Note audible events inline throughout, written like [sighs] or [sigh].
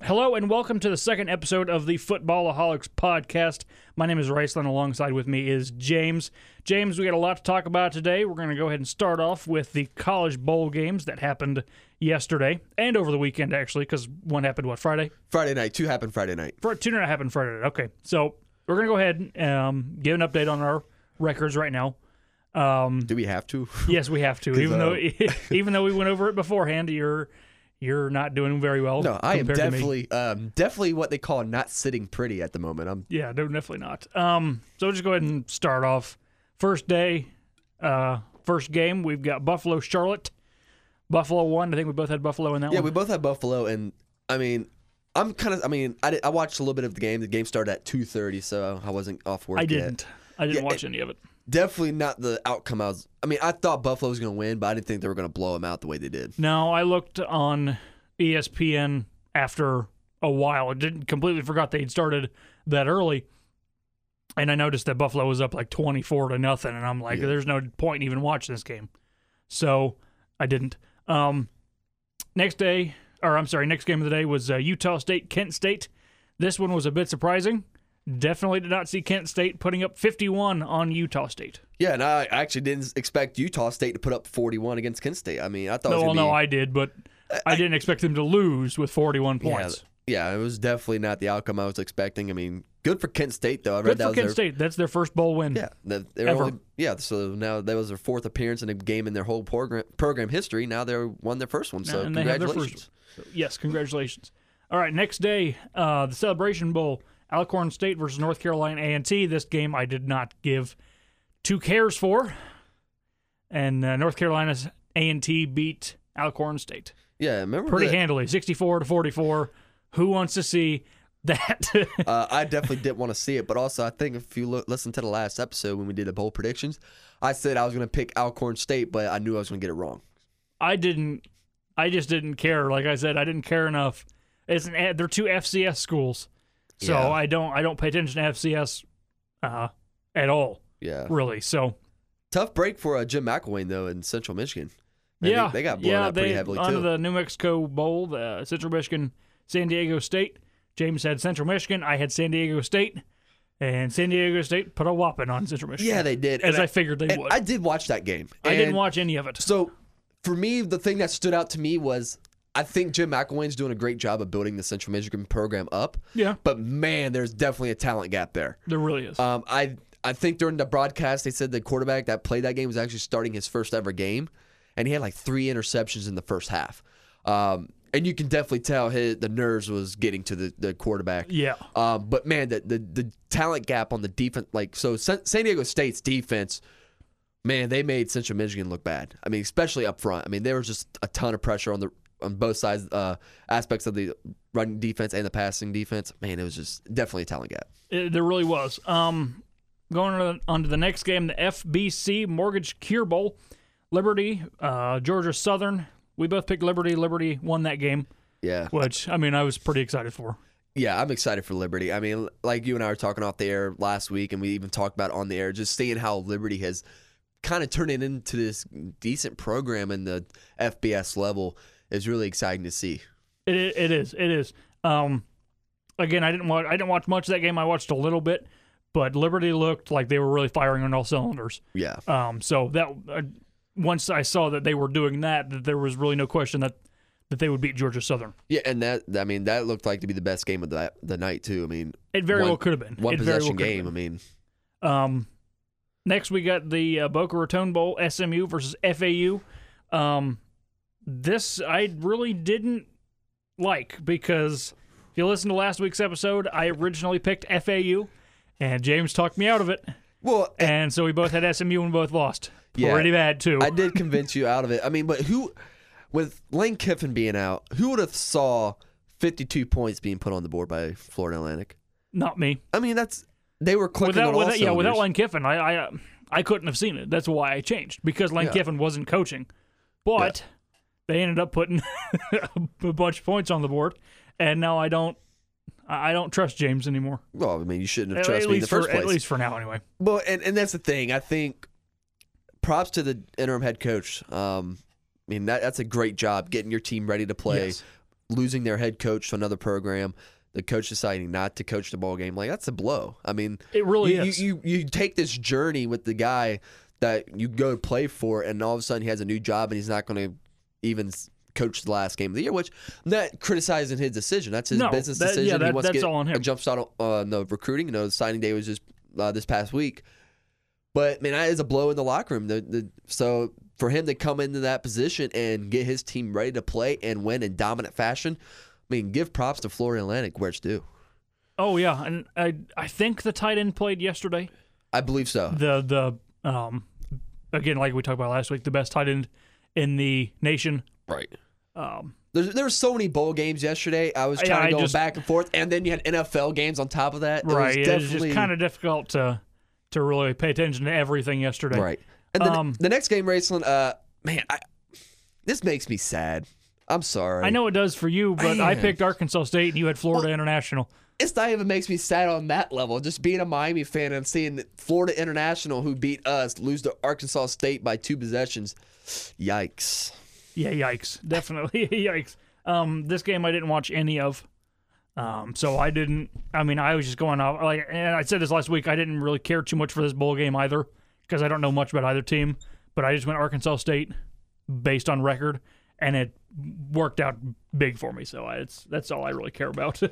Hello and welcome to the second episode of the Footballaholics podcast. My name is Riceland. Alongside with me is James. James, we got a lot to talk about today. We're going to go ahead and start off with the college bowl games that happened yesterday and over the weekend, actually, because one happened what Friday. Friday night. Two happened Friday night. Fr- Two didn't happen Friday. Okay, so we're going to go ahead and um, give an update on our records right now. Um, Do we have to? [laughs] yes, we have to, even uh, though [laughs] even though we went over it beforehand. You're you're not doing very well. No, I am compared to me. definitely, um, definitely what they call not sitting pretty at the moment. I'm Yeah, no, definitely not. Um, so we'll just go ahead and start off. First day, uh, first game, we've got Buffalo Charlotte. Buffalo won. I think we both had Buffalo in that yeah. one. We both have Buffalo, and I mean, I'm kind of. I mean, I, did, I watched a little bit of the game. The game started at two thirty, so I wasn't off work. I yet. didn't. I didn't Yeah, watch any of it. Definitely not the outcome. I was. I mean, I thought Buffalo was going to win, but I didn't think they were going to blow them out the way they did. No, I looked on E ESPN after a while. I didn't completely forgot they'd started that early. And I noticed that Buffalo was up like 24 to nothing. And I'm like, Yeah. there's no point in even watching this game. So I didn't. Um, next day, or I'm sorry, next game of the day was uh, Utah State, Kent State. This one was a bit surprising. Definitely did not see Kent State putting up 51 on Utah State. Yeah, and I actually didn't expect Utah State to put up forty one against Kent State. I mean, I thought. it No, was well, gonna no, be, I did, but I didn't expect them to lose with 41 points. Yeah, yeah, it was definitely not the outcome I was expecting. I mean, good for Kent State though. I Good read that for was Kent their State. That's their first bowl win. Yeah, the, they're Ever. only- yeah. So now that was their fourth appearance in a game in their whole program program history. Now they won their first one. So and they have their congratulations. first. Yes, congratulations. All right, next day, uh, the Celebration Bowl, Alcorn State versus North Carolina A&T. This game I did not give two cares for, and uh, North Carolina's A&T beat Alcorn State yeah, remember pretty that- handily, sixty-four to forty-four. Who wants to see that? [laughs] uh, I definitely did want to see it, but also I think if you look, listen to the last episode when we did the bowl predictions, I said I was going to pick Alcorn State, but I knew I was going to get it wrong. I didn't. I just didn't care. Like I said, I didn't care enough. It's an eh, they're two FCS schools, so Yeah. I don't I don't pay attention to FCS uh, at all, Yeah, really. So tough break for uh, Jim McElwain though in Central Michigan. Man, they- yeah, they, got blown yeah, out pretty they- heavily under too. the New Mexico Bowl, the Central Michigan, San Diego State. James had Central Michigan. I had San Diego State, and San Diego State put a whopping on Central Michigan. yeah, they did. as and I, figured they and would. I I, did watch that game. didn't and- watch any of it. So for me, the thing that stood out to me was I think Jim McElwain's doing a great job of building the Central Michigan program up. Yeah, But man, there's definitely a talent gap there. there really is. Um, I I think during the broadcast they said the quarterback that played that game was actually starting his first ever game, and he had like three interceptions in the first half. Um, and you can definitely tell his, the nerves was getting to the, the quarterback. yeah, Um, but man, the, the the talent gap on the defense, like so, San, San Diego State's defense, man, they made Central Michigan look bad. I mean, especially up front. I mean, there was just a ton of pressure on the on both sides, uh, aspects of the running defense and the passing defense. Man, it was just definitely a talent gap. It, there really was. Um, going on, on to the next game, the FBC Mortgage Cure Bowl, Liberty, uh, Georgia Southern. We both picked Liberty. Liberty won that game, Yeah, which I mean I was pretty excited for. yeah, I'm excited for Liberty. I mean, like you and I were talking off the air last week, and we even talked about it on the air, just seeing how Liberty has kind of turned it into this decent program in the FBS level is really exciting to see. It i- it is it is. Um, again, I didn't watch I didn't watch much of that game. I watched a little bit, but Liberty looked like they were really firing on all cylinders. Yeah. Um, so that uh, once I saw that they were doing that, that there was really no question that that they would beat Georgia Southern. Yeah, and that I mean that looked like to be the best game of the the night too. I mean, It very One- well could have been one It very well possession could have game. been. I mean, Um, next, we got the uh, Boca Raton Bowl, SMU versus FAU. Um, this I really didn't like because if you listen to last week's episode, I originally picked FAU, and James talked me out of it, well, and so we both had SMU and both lost. Eh. Yeah. Pretty bad too. I did convince you out of it. I mean, but who with Lane Kiffin being out, who would have saw fifty two points being put on the board by Florida Atlantic? Not me. I mean, that's they were clicking Without, on all without yeah, cylinders. without Lane Kiffin, I I, uh, I couldn't have seen it. That's why I changed because Lane Yeah. Kiffin wasn't coaching, but they ended up putting [laughs] a bunch of points on the board, and now I don't I I don't trust James anymore. Well, I mean, you shouldn't have At, at trusted me in least the first for place. at least for now anyway. Well, and, and that's the thing. I think props to the interim head coach. Um, I mean, that that's a great job getting your team ready to play. Yes. losing their head coach to another program, the coach deciding not to coach the ball game, like that's a blow. I mean, It really you, is. You, you you take this journey with the guy that you go play for, and all of a sudden he has a new job, and he's not going to even s- coach the last game of the year. Which I'm not criticizing his decision. That's his No, business that- yeah, decision. he that- wants to that's get all on him. A jump start on uh, no, recruiting. You know, the signing day was just uh, this past week. But man, that is a blow in the locker room. The, the, so for him to come into that position and get his team ready to play and win in dominant fashion, I mean, give props to Florida Atlantic where it's due. oh yeah, and I I think the tight end played yesterday. I believe so. The the um again like we talked about last week, the best tight end in the nation. Right. Um, There's, there were so many bowl games yesterday. I was Yeah, trying I to go just- back and forth, and then you had NFL games on top of that. It right, was it was definitely just kind of difficult to to really pay attention to everything yesterday. right. And then Um, the next game, Raceland. Uh, man, I, this makes me sad. I'm sorry. I know it does for you, but I Man. picked Arkansas State and you had Florida International. it's not even makes me sad on that level. Just being a Miami fan and seeing that Florida International, who beat us, lose to Arkansas State by two possessions. Yikes! Yeah, yikes. [laughs] Definitely yikes. Um, this game I didn't watch any of. Um, so I didn't. I mean, I was just going off. Like, and I said this last week. I didn't really care too much for this bowl game either because I don't know much about either team. But I just went Arkansas State based on record, and it worked out big for me. So I, it's that's all I really care about. [laughs]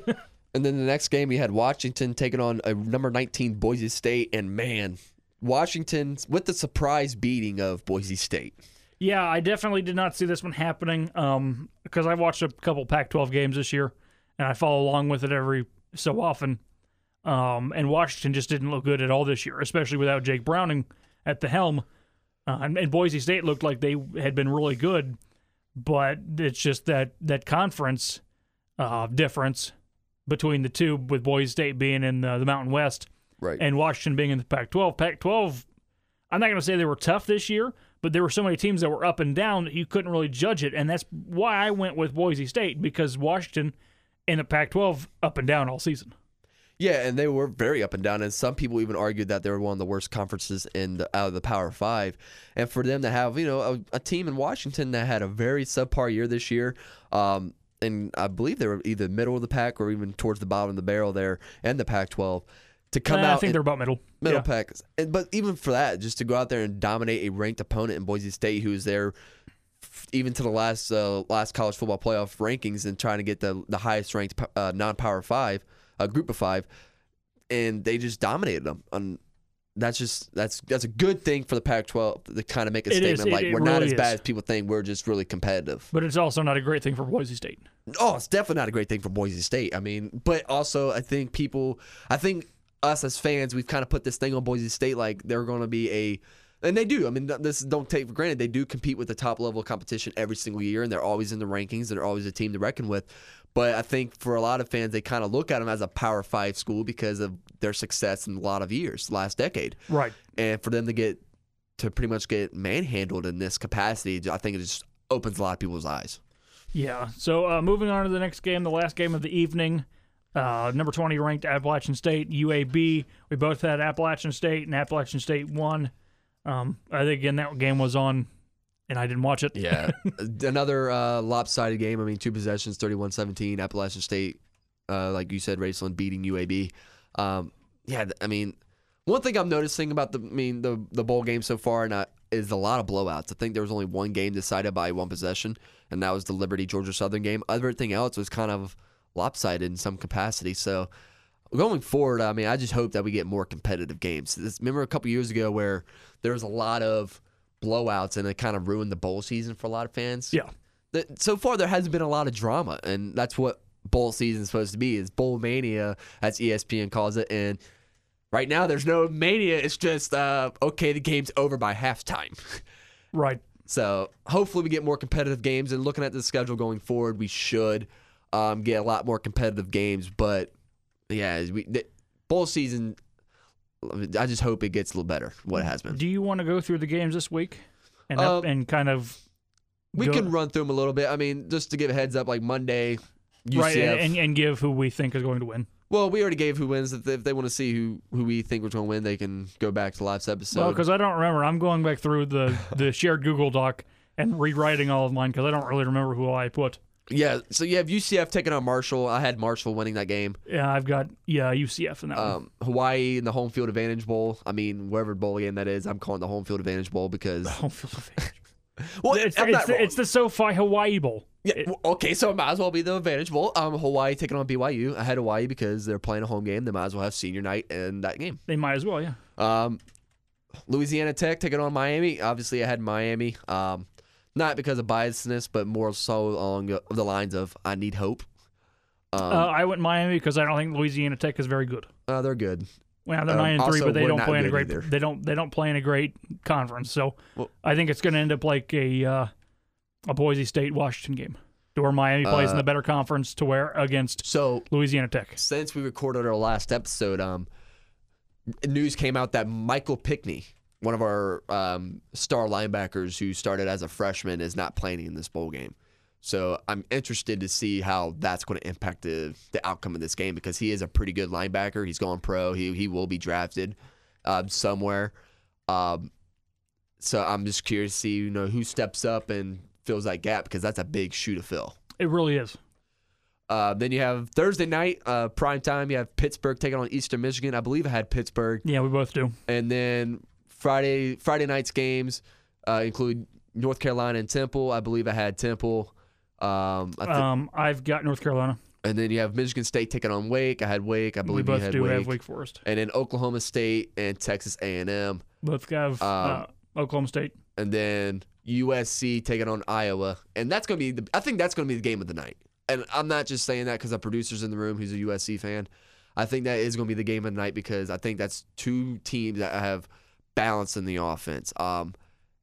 And then the next game, you had Washington taking on a number 19 Boise State, and man, Washington with the surprise beating of Boise State. Yeah, I definitely did not see this one happening um, because I watched a couple Pac-12 games this year, and I follow along with it every so often. Um, and Washington just didn't look good at all this year, especially without Jake Browning at the helm. Uh, and, and Boise State looked like they had been really good, but it's just that that conference uh, difference between the two, with Boise State being in the, the Mountain West Right. and Washington being in the Pac-12. Pac-12, I'm not going to say they were tough this year, but there were so many teams that were up and down that you couldn't really judge it, and that's why I went with Boise State because Washington in the Pac-12 up and down all season. Yeah, and they were very up and down, and some people even argued that they were one of the worst conferences in the, out of the Power Five. And for them to have, you know, a, a team in Washington that had a very subpar year this year, um, and I believe they were either middle of the pack or even towards the bottom of the barrel there, and the Pac-12 to come Uh, out I think and- they're about middle. middle Yeah. pack. And, but even for that, just to go out there and dominate a ranked opponent in Boise State, who's there f- even to the last uh, last college football playoff rankings and trying to get the the highest ranked p- uh, non power five, a group of five, and they just dominated them. And that's just that's that's a good thing for the Pac-12 to kind of make a It is. statement It- like it we're not really as bad is. as people think. We're just really competitive. But it's also not a great thing for Boise State. Oh, it's definitely not a great thing for Boise State. I mean, but also I think people, I think us as fans, we've kind of put this thing on Boise State like they're going to be a, and they do. I mean, th- this don't take for granted. They do compete with the top level competition every single year, and they're always in the rankings, and they're always a team to reckon with. But I think for a lot of fans, they kind of look at them as a Power Five school because of their success in a lot of years, last decade, Right. and for them to get to pretty much get manhandled in this capacity, I think it just opens a lot of people's eyes. Yeah. So uh, moving on to the next game, the last game of the evening. Uh, number 20 ranked Appalachian State, UAB. We both had Appalachian State, and Appalachian State won. Um, I think, again, that game was on, and I didn't watch it. Yeah. [laughs] Another uh, lopsided game. I mean, two possessions, 31 17. Appalachian State, uh, like you said, Raceland beating UAB. Um, yeah, th- I mean, one thing I'm noticing about the I mean the the bowl game so far and I, is a lot of blowouts. I think there was only one game decided by one possession, and that was the Liberty Georgia Southern game. Everything else was kind of lopsided in some capacity. So going forward, I mean, I just hope that we get more competitive games. This, remember a couple years ago where there was a lot of blowouts and it kind of ruined the bowl season for a lot of fans. Yeah. That- so far there hasn't been a lot of drama, and that's what bowl season is supposed to be is bowl mania as E espn calls it and right now there's no mania it's just uh, okay the game's over by halftime Right. so hopefully we get more competitive games and looking at the schedule going forward we should um, get a lot more competitive games but yeah we the, bowl season i just hope it gets a little better than what it has been Do you want to go through the games this week and up- Um, and kind of we go- can run through them a little bit i mean just to give a heads up like monday UCF. right and, and, and give who we think is going to win? Well, we already gave who wins. If they, if they want to see who, who we think was going to win, they can go back to last episode. well, because I don't remember. I'm going back through the the shared Google Doc and rewriting all of mine because I don't really remember who I put. Yeah, so you have UCF taking on Marshall. I had Marshall winning that game. Yeah, I've got yeah UCF in that one. [laughs] Um, Hawaii in the home field advantage bowl. I mean, wherever bowl game that is, I'm calling the home field advantage [sighs] bowl because Home field advantage. well, It's, I'm it's, not the, wrong. it's the SoFi Hawaii Bowl. Yeah, well, okay, so it might as well be the advantage bowl. Um, Hawaii taking on BYU. I had Hawaii because they're playing a home game. They might as well have senior night in that game. They might as well, yeah. Um, Louisiana Tech taking on Miami. Obviously, I had Miami. Um, not because of biasness, but more so along the lines of I need hope. uh, I went Miami because I don't think Louisiana Tech is very good. Uh, they're good. Well, they're Um, nine and three, also, but they we're don't not play in a good great. either. They don't. They don't play in a great conference. So Well- I think it's going to end up like a uh, a Boise State Washington game, to where Miami plays Uh, in the better conference to where against So Louisiana Tech. since we recorded our last episode, um, news came out that Michael Pickney, one of our um, star linebackers who started as a freshman, is not playing in this bowl game. So I'm interested to see how that's going to impact the, the outcome of this game because he is a pretty good linebacker. He's going pro. He he will be drafted um, somewhere. Um, so I'm just curious to see you know who steps up and fills that gap because that's a big shoe to fill. It really is. Uh, then you have Thursday night, uh, prime time. You have Pittsburgh taking on Eastern Michigan. I believe I had Pittsburgh. Yeah, we both do. And then Friday Friday night's games uh, include North Carolina and Temple. I believe I had Temple. Um, I thi- Um, I've got North Carolina. and then you have Michigan State taking on Wake. I had Wake. I We believe you both had do Wake. have Wake Forest. And then Oklahoma State and Texas A&M. Both have uh, Um, Oklahoma State. And then USC taking on Iowa. And that's going to be the I think that's going to be the game of the night. And I'm not just saying that cuz our producer's in the room who's a USC fan. I think that is going to be the game of the night because I think that's two teams that have balance in the offense. Um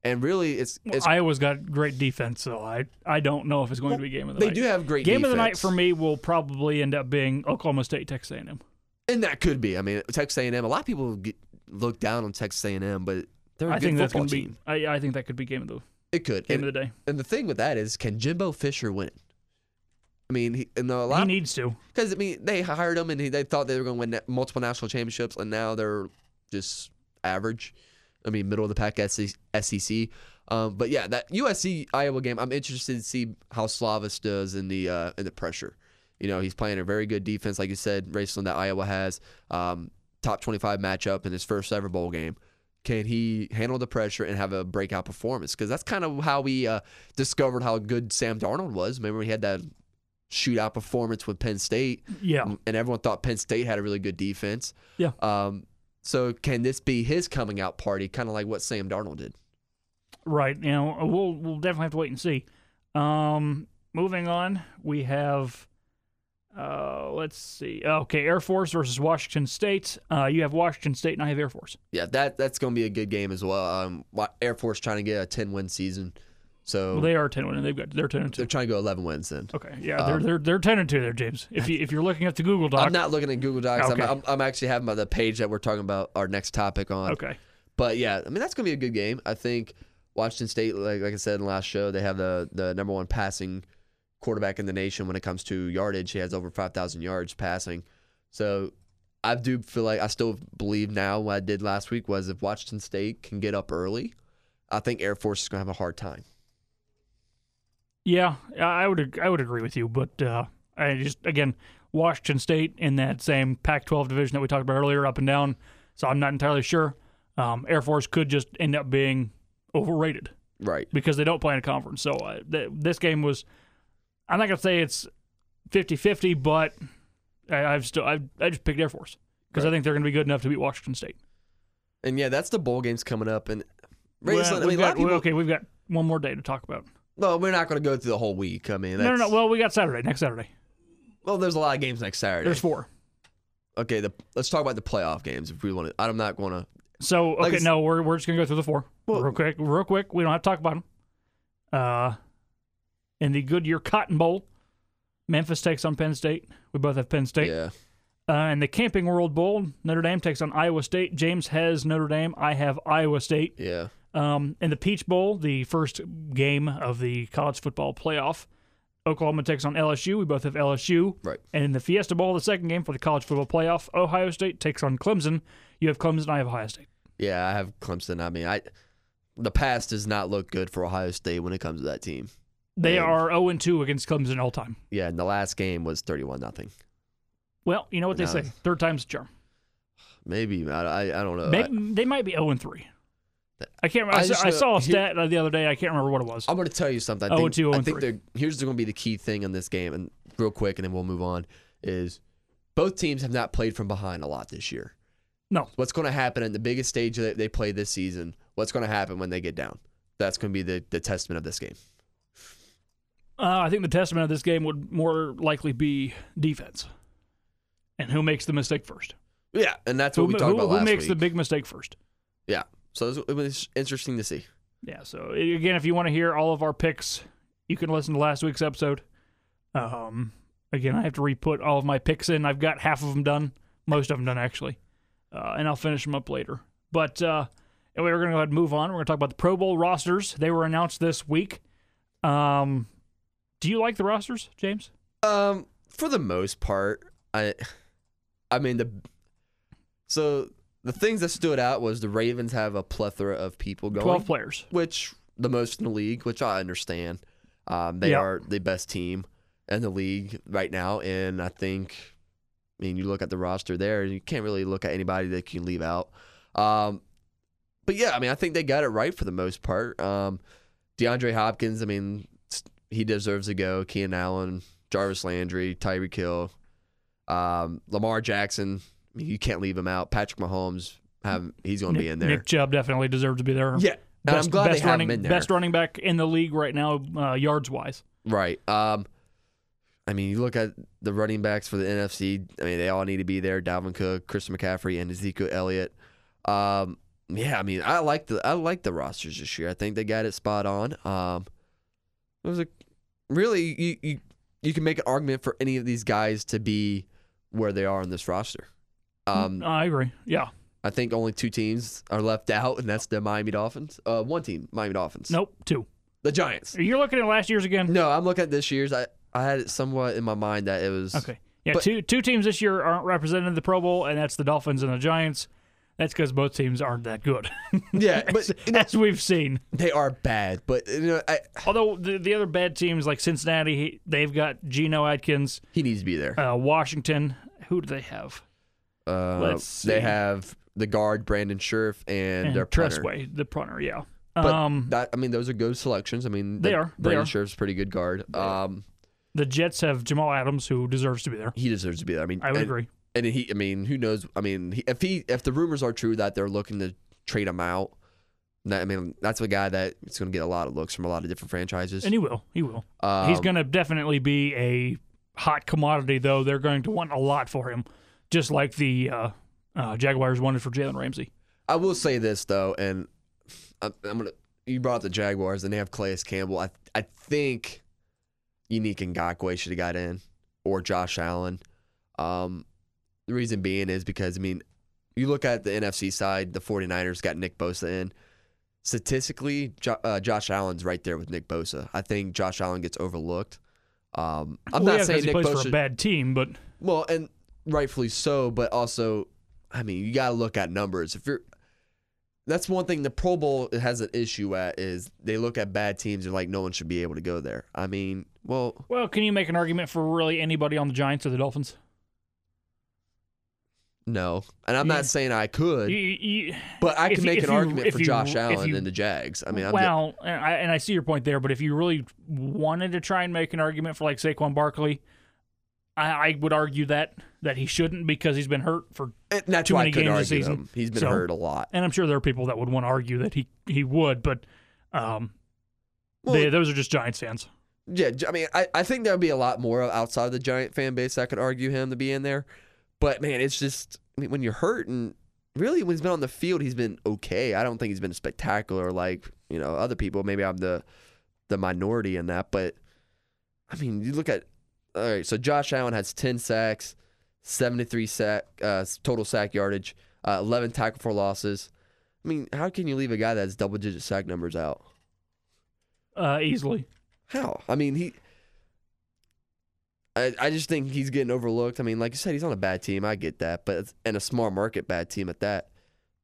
and really it's it's Iowa's got great defense, so I I don't know if it's going to be game of the they night. do have great game of the night defense. for me will probably end up being Oklahoma State Texas A&M. And that could be. I mean, Texas A&M, a lot of people get, look down on Texas A&M, but they're a I good think that's football going to be. team. I, I think that could be game of the It could. game And, of the day. and the thing with that is can Jimbo Fisher win it? I mean, he, and a lot He needs to. Because I mean, they hired him and he, they thought they were going to win na- multiple national championships, and now they're just average. I mean, middle of the pack E, SEC. Um, but yeah, that USC Iowa game, I'm interested to see how Slavis does in the uh, in the pressure. You know, he's playing a very good defense, like you said, Raceland that Iowa has um, top 25 matchup in his first ever bowl game. Can he handle the pressure and have a breakout performance? Because that's kind of how we uh, discovered how good Sam Darnold was. Remember, he had that shootout performance with Penn State, Yeah, and everyone thought Penn State had a really good defense. Oh. Yeah. Um, so can this be his coming out party, kind of like what Sam Darnold did? right. You know, uh, we'll we'll definitely have to wait and see. Um, moving on, we have. Uh, let's see. Okay, Air Force versus Washington State. Uh, you have Washington State, and I have Air Force. Yeah, that that's going to be a good game as well. Um, wa- Air Force trying to get a ten win season, so Well, they are ten one, and they've got they're ten and Oh. they're two. trying to go eleven wins. Then Okay, yeah, they're they're they're ten and two there, James. If you if you're looking at the Google Doc, I'm not looking at Google Docs. Okay. I'm, I'm, I'm actually having the page that we're talking about our next topic on. okay, But yeah, I mean that's gonna be a good game. I think Washington State, like like I said in the last show, they have the the number one passing quarterback in the nation when it comes to yardage. He has over five thousand yards passing. So I do feel like I still believe now what I did last week was if Washington State can get up early, I think Air Force is gonna have a hard time. Yeah, I I would ag- I would agree with you, but uh, I just again Washington State in that same Pac-12 division that we talked about earlier, up and down. So I'm not entirely sure. Um, Air Force could just end up being overrated Right. because they don't play in a conference. So uh, th- this game was, I'm not gonna say it's 50-50, but I, I've still I've, I just picked Air Force because I Right. think they're gonna be good enough to beat Washington State. And yeah, that's the bowl games coming up and Raiders, Well, I mean, we've a lot got, of people, okay, we've got one more day to talk about. well, we're not going to go through the whole week. I mean, that's, No, no, no. Well, we got Saturday next Saturday. well, there's a lot of games next Saturday. There's four. okay, the, let's talk about the playoff games if we want to. I'm not going to So Like okay, it's- no, we're we're just gonna go through the four Well- real quick, real quick. We don't have to talk about them. Uh, in the Goodyear Cotton Bowl, Memphis takes on Penn State. We both have Penn State. Yeah. Uh, in the Camping World Bowl, Notre Dame takes on Iowa State. James has Notre Dame. I have Iowa State. Yeah. Um, in the Peach Bowl, the first game of the college football playoff, Oklahoma takes on LSU. We both have LSU. Right. And in the Fiesta Bowl, the second game for the college football playoff, Ohio State takes on Clemson. You have Clemson. I have Ohio State. Yeah, I have Clemson. I mean, I the past does not look good for Ohio State when it comes to that team. They Man. are 0 and 2 against Clemson all time. Yeah, and the last game was thirty-one nothing. Well, you know what they No. say third time's a charm. Maybe I, I, I don't know. Maybe, they might be 0 and 3. I can't remember. I, Uh, I just uh, saw, I know- saw a he- stat uh, the other day. I can't remember what it was. I'm going to tell you something. I Oh, think, two, oh, I and think three. the- here's going to be the key thing in this game, and real quick, and then we'll move on. Is both teams have not played from behind a lot this year. No. What's going to happen in the biggest stage that they play this season? What's going to happen when they get down? That's going to be the, the testament of this game. Uh, I think the testament of this game would more likely be defense and who makes the mistake first. Yeah, and that's Who, what we ma- talked who- about who last makes week. the big mistake first? yeah, so it was, it was interesting to see. Yeah. So a- again, if you want to hear all of our picks, you can listen to last week's episode. Um, again, I have to re-put all of my picks in. I've got half of them done, most of them done actually, uh, and I'll finish them up later. But uh, and we are going to go ahead and move on. We're going to talk about the Pro Bowl rosters. They were announced this week. Um, do you like the rosters, James? Um, for the most part, I, I mean the, so the things that stood out was the Ravens have a plethora of people going. Twelve players. which the most in the league, which I understand. Um, they Yeah. are the best team in the league right now, and I think, I mean, you look at the roster there, and you can't really look at anybody that you can leave out. Um, but yeah, I mean, I think they got it right for the most part. Um, DeAndre Hopkins, I mean, s- he deserves a go. Keenan Allen, Jarvis Landry, Tyreek Hill, um, Lamar Jackson. I mean, you can't leave him out. Patrick Mahomes, have, he's going to be in there. Nick Chubb definitely deserves to be there. yeah, and Best, I'm glad best they have running him in there. best running back in the league right now, uh, yards wise. Right. Um, I mean, you look at the running backs for the NFC. I mean, they all need to be there: Dalvin Cook, Christian McCaffrey, and Ezekiel Elliott. Um, yeah, I mean, I like the I like the rosters this year. I think they got it spot on. Um, it was a really you you you can make an argument for any of these guys to be where they are on this roster. Um, I agree. Yeah. I think only two teams are left [laughs] out, and that's the Miami Dolphins. Uh, one team, Miami Dolphins. Nope. Two. the Giants. You're looking at last year's again. No, I'm looking at this year's. I, I had it somewhat in my mind that it was Okay. Yeah, But- two two teams this year aren't represented in the Pro Bowl, and that's the Dolphins and the Giants. That's because both teams aren't that good, [laughs] [laughs] Yeah, but as we've seen. they are bad. But you know, I, Although the, the other bad teams like Cincinnati, he- they've got Geno Atkins, he needs to be there. uh, Washington. Who do they have? Uh, let's see. They have the guard Brandon Scherf and, And their punter. Eh, Tressway, the punter. Yeah. But um, that, I mean, those are good selections. I mean, They the- are, they Brandon are. Scherf's a pretty good guard. Um, the Jets have Jamal Adams, who deserves to be there. he deserves to be there. I mean, I would and, agree. And he, I mean, who knows? I mean, he, if he, if the rumors are true that they're looking to trade him out, that, I mean, that's a guy that is going to get a lot of looks from a lot of different franchises. And he will. He will. um, He's going to definitely be a hot commodity, though. They're going to want a lot for him, just like the uh, uh, Jaguars wanted for Jalen Ramsey. I will say this though, and I'm, I'm gonna. You brought up the Jaguars, and they have Clayus Campbell. I I think Unique Ngakwe should have got in, or Josh Allen. Um, the reason being is because I mean, you look at the NFC side, the 49ers got Nick Bosa in. Statistically, jo- uh, Josh Allen's right there with Nick Bosa. I think Josh Allen gets overlooked. Um, Well, I'm yeah, not 'cause saying he Nick plays Bosa for a bad team, but well, and rightfully so, but also, I mean, you got to look at numbers. If you're, that's one thing the Pro Bowl has an issue at is they look at bad teams and like no one should be able to go there. I mean, well, well, can you make an argument for really anybody on the Giants or the Dolphins? no, and I'm Yeah. not saying I could, You, you, you- but I if can you- make if an you- argument if for you- Josh if Allen you- and the Jags. I mean, I'm just, well, and I, and I see your point there, but if you really wanted to try and make an argument for like Saquon Barkley, I, I would argue that that he shouldn't because he's been hurt for, and that's too why I many couldn't games this argue season, him. He's been so- hurt a lot. and I'm sure there are people that would want to argue that he he would, but um, Well, they, those are just Giants fans. Yeah, I mean, I, I think there would be a lot more outside of the Giant fan base that could argue him to be in there. But man, it's just I mean, when you're hurt and really when he's been on the field, he's been okay. I don't think he's been spectacular like you know other people. Maybe I'm the the minority in that, but I mean, you look at all right. So Josh Allen has ten sacks, seventy three sack uh, total sack yardage, uh, eleven tackle for losses. I mean, how can you leave a guy that has double digit sack numbers out? Uh, easily. How? I mean, he. I, I just think he's getting overlooked. I mean, like you said, he's on a bad team. I get that, but it's, and a small market bad team at that.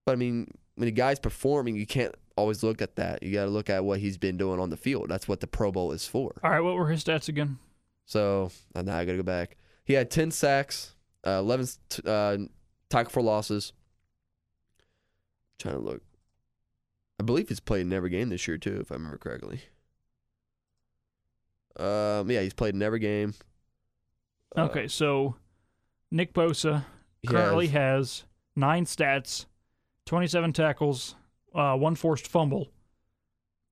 But I mean, when the guy's performing, you can't always look at that. You got to look at what he's been doing on the field. That's what the Pro Bowl is for. All right, what were his stats again? So uh, now I got to go back. He had 10 sacks, uh, 11 t- uh, tackle for losses. trying to look. I believe he's played in every game this year, too, if I remember correctly. Um, yeah, he's played in every game. Uh, Okay, so Nick Bosa he currently has- has nine stats, 27 tackles, uh, one forced fumble,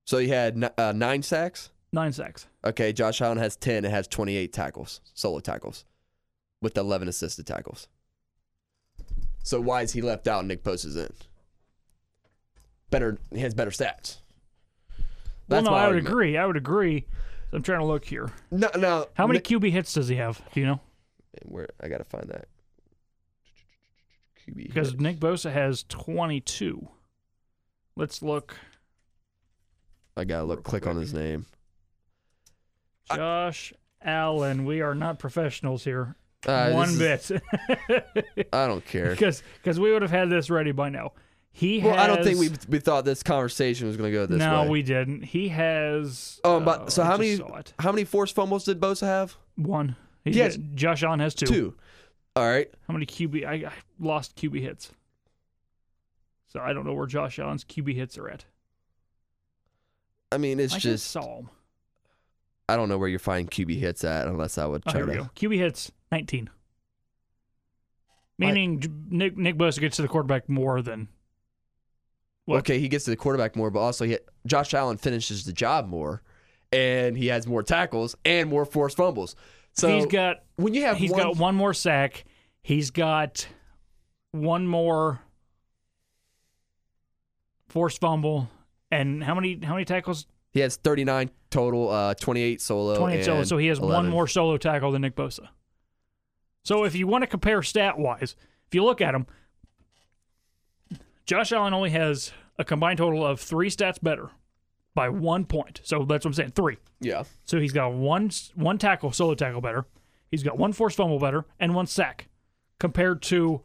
so he had n- uh, nine sacks. nine sacks. Okay, Josh Allen has 10 and has 28 tackles, solo tackles, with 11 assisted tackles. So why is he left out and Nick Post is in? Better, he has better stats. Well, no, my I would argument. agree. I would agree. So I'm trying to look here. No, no. How many Nick- QB hits does he have? Do you know? where I gotta find that. QB Because hit. Nick Bosa has 22. Let's look. I gotta look, click on his name. Josh Allen. We are not professionals here. Uh, One this is- bit. [laughs] I don't care. Because we would have had this ready by now. [laughs] He Well, has, I don't think we we thought this conversation was gonna go this no, way. we didn't. He has. uh, Oh, but- so I how just many- saw it. How many forced fumbles did Bosa have? One. He's Yes. got- Josh Allen has two. Two. All right. How many QB? I, I lost QB hits. So I don't know where Josh Allen's QB hits are at. I mean, it's I just just saw him. I don't know where you find QB hits at unless I would Oh, try here we to. go. QB hits 19. Meaning J- Nick Nick Bosa gets to the quarterback more than What? Okay, he gets to the quarterback more, but also he, Josh Allen finishes the job more, and he has more tackles and more forced fumbles. So he's got. when you have He's one, got one more sack. He's got one more forced fumble. And how many how many tackles? he has 39 total, uh, 28 solo, 28 solo. and So he has 11. one more solo tackle than Nick Bosa. So if you want to compare stat wise, if you look at him, Josh Allen only has a combined total of three stats better by one point. So that's what I'm saying, three. Yeah, So he's got one one tackle, solo tackle better. He's got one forced fumble better and one sack. Compared to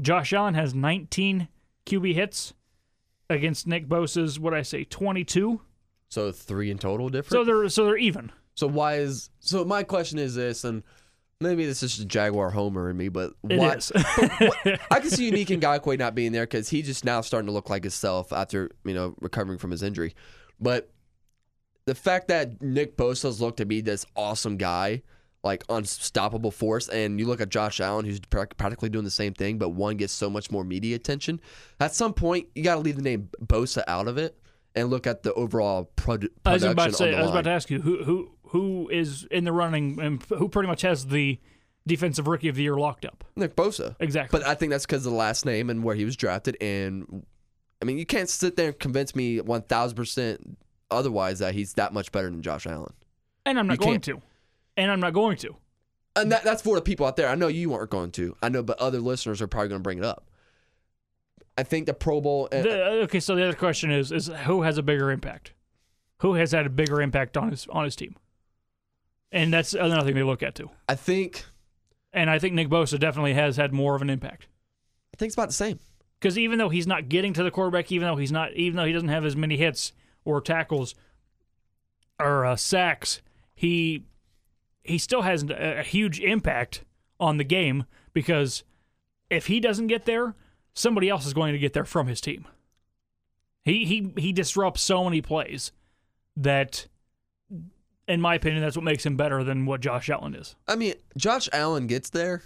Josh Allen has 19 QB hits against Nick Bosa's what I say 22. so three in total difference. So they're so they're even. So why is so? My question is this, and maybe this is just Jaguar Homer in me, but It why? is. I [laughs] can see Unique Ngakwe not being there because he's just now starting to look like himself after you know recovering from his injury. But the fact that Nick Bosa's looked to be this awesome guy, like unstoppable force, and you look at Josh Allen, who's prac- practically doing the same thing, but one gets so much more media attention. At some point, you got to leave the name Bosa out of it and look at the overall produ- production I was about to say. on the I was line. about to ask you who who who is in the running and who pretty much has the defensive rookie of the year locked up. Nick Bosa. Exactly. But I think that's because of the last name and where he was drafted. And I mean, you can't sit there and convince me 1,000% otherwise that he's that much better than Josh Allen. and I'm you not going can't- Uh, to. And I'm not going to. And that, that's for the people out there. I know you aren't going to. I know, but other listeners are probably going to bring it up. I think the Pro Bowl. And, The- uh, okay, so the other question is is who has a bigger impact? Who has had a bigger impact on his on his team? And that's another thing they look at too. I think And I think Nick Bosa definitely has had more of an impact I think it's about the same. because even though he's not getting to the quarterback, even though he's not, even though he doesn't have as many hits or tackles or uh, sacks, he he still has a, a huge impact on the game because if he doesn't get there, somebody else is going to get there from his team. He he he disrupts so many plays that, in my opinion, that's what makes him better than what Josh Allen is. I mean, Josh Allen gets there.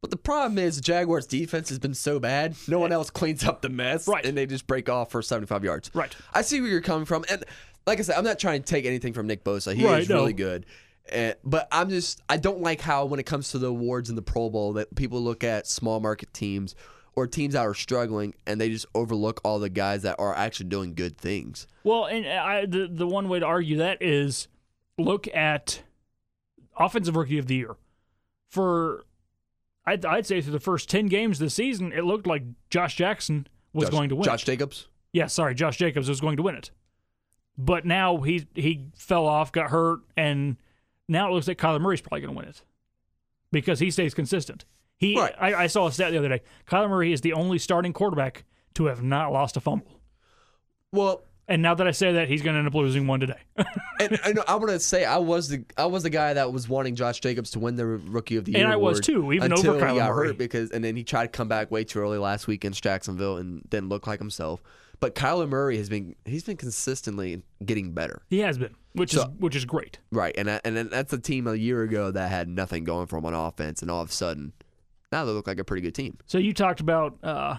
But the problem is Jaguars defense has been so bad, no one else cleans up the mess, Right. and they just break off for 75 yards. Right. I see where you're coming from, and like I said, I'm not trying to take anything from Nick Bosa. He Right, is no. really good, and, but I'm just I don't like how when it comes to the awards and the Pro Bowl that people look at small market teams or teams that are struggling and they just overlook all the guys that are actually doing good things. Well, and uh, I, the the one way to argue that is look at offensive rookie of the year for I'd, I'd say through the first ten games this season, it looked like Josh Jackson was Josh- going to win. Josh it. Jacobs. Yeah, sorry, Josh Jacobs was going to win it, but now he he fell off, got hurt, and now it looks like Kyler Murray's probably going to win it because he stays consistent. He Right. I, I saw a stat the other day. Kyler Murray is the only starting quarterback to have not lost a fumble. Well, And now that I say that, he's going to end up losing one today. [laughs] and, and I want to say I was the I was the guy that was wanting Josh Jacobs to win the Rookie of the Year, And I was award too, even until over he Kyler got Murray. hurt because, and then he tried to come back way too early last week against Jacksonville and didn't look like himself. But Kyler Murray has been he's been consistently getting better, he has been, which is So- which is great. right? And I, and then that's a team a year ago that had nothing going for 'em on offense, and all of a sudden now they look like a pretty good team. So you talked about uh,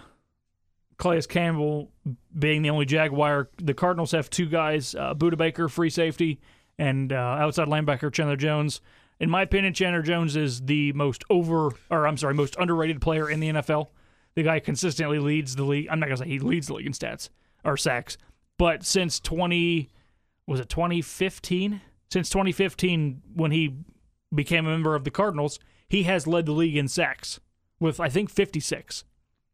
Clayus Campbell being the only Jaguar. The Cardinals have two guys: uh, Buda Baker, free safety, and uh, outside linebacker Chandler Jones. In my opinion, Chandler Jones is the most over, or I'm sorry, most underrated player in the NFL. The guy consistently leads the league. I'm not gonna say he leads the league in stats or sacks, but since 20 was it 2015? Since 2015, when he became a member of the Cardinals, he has led the league in sacks with I think 56.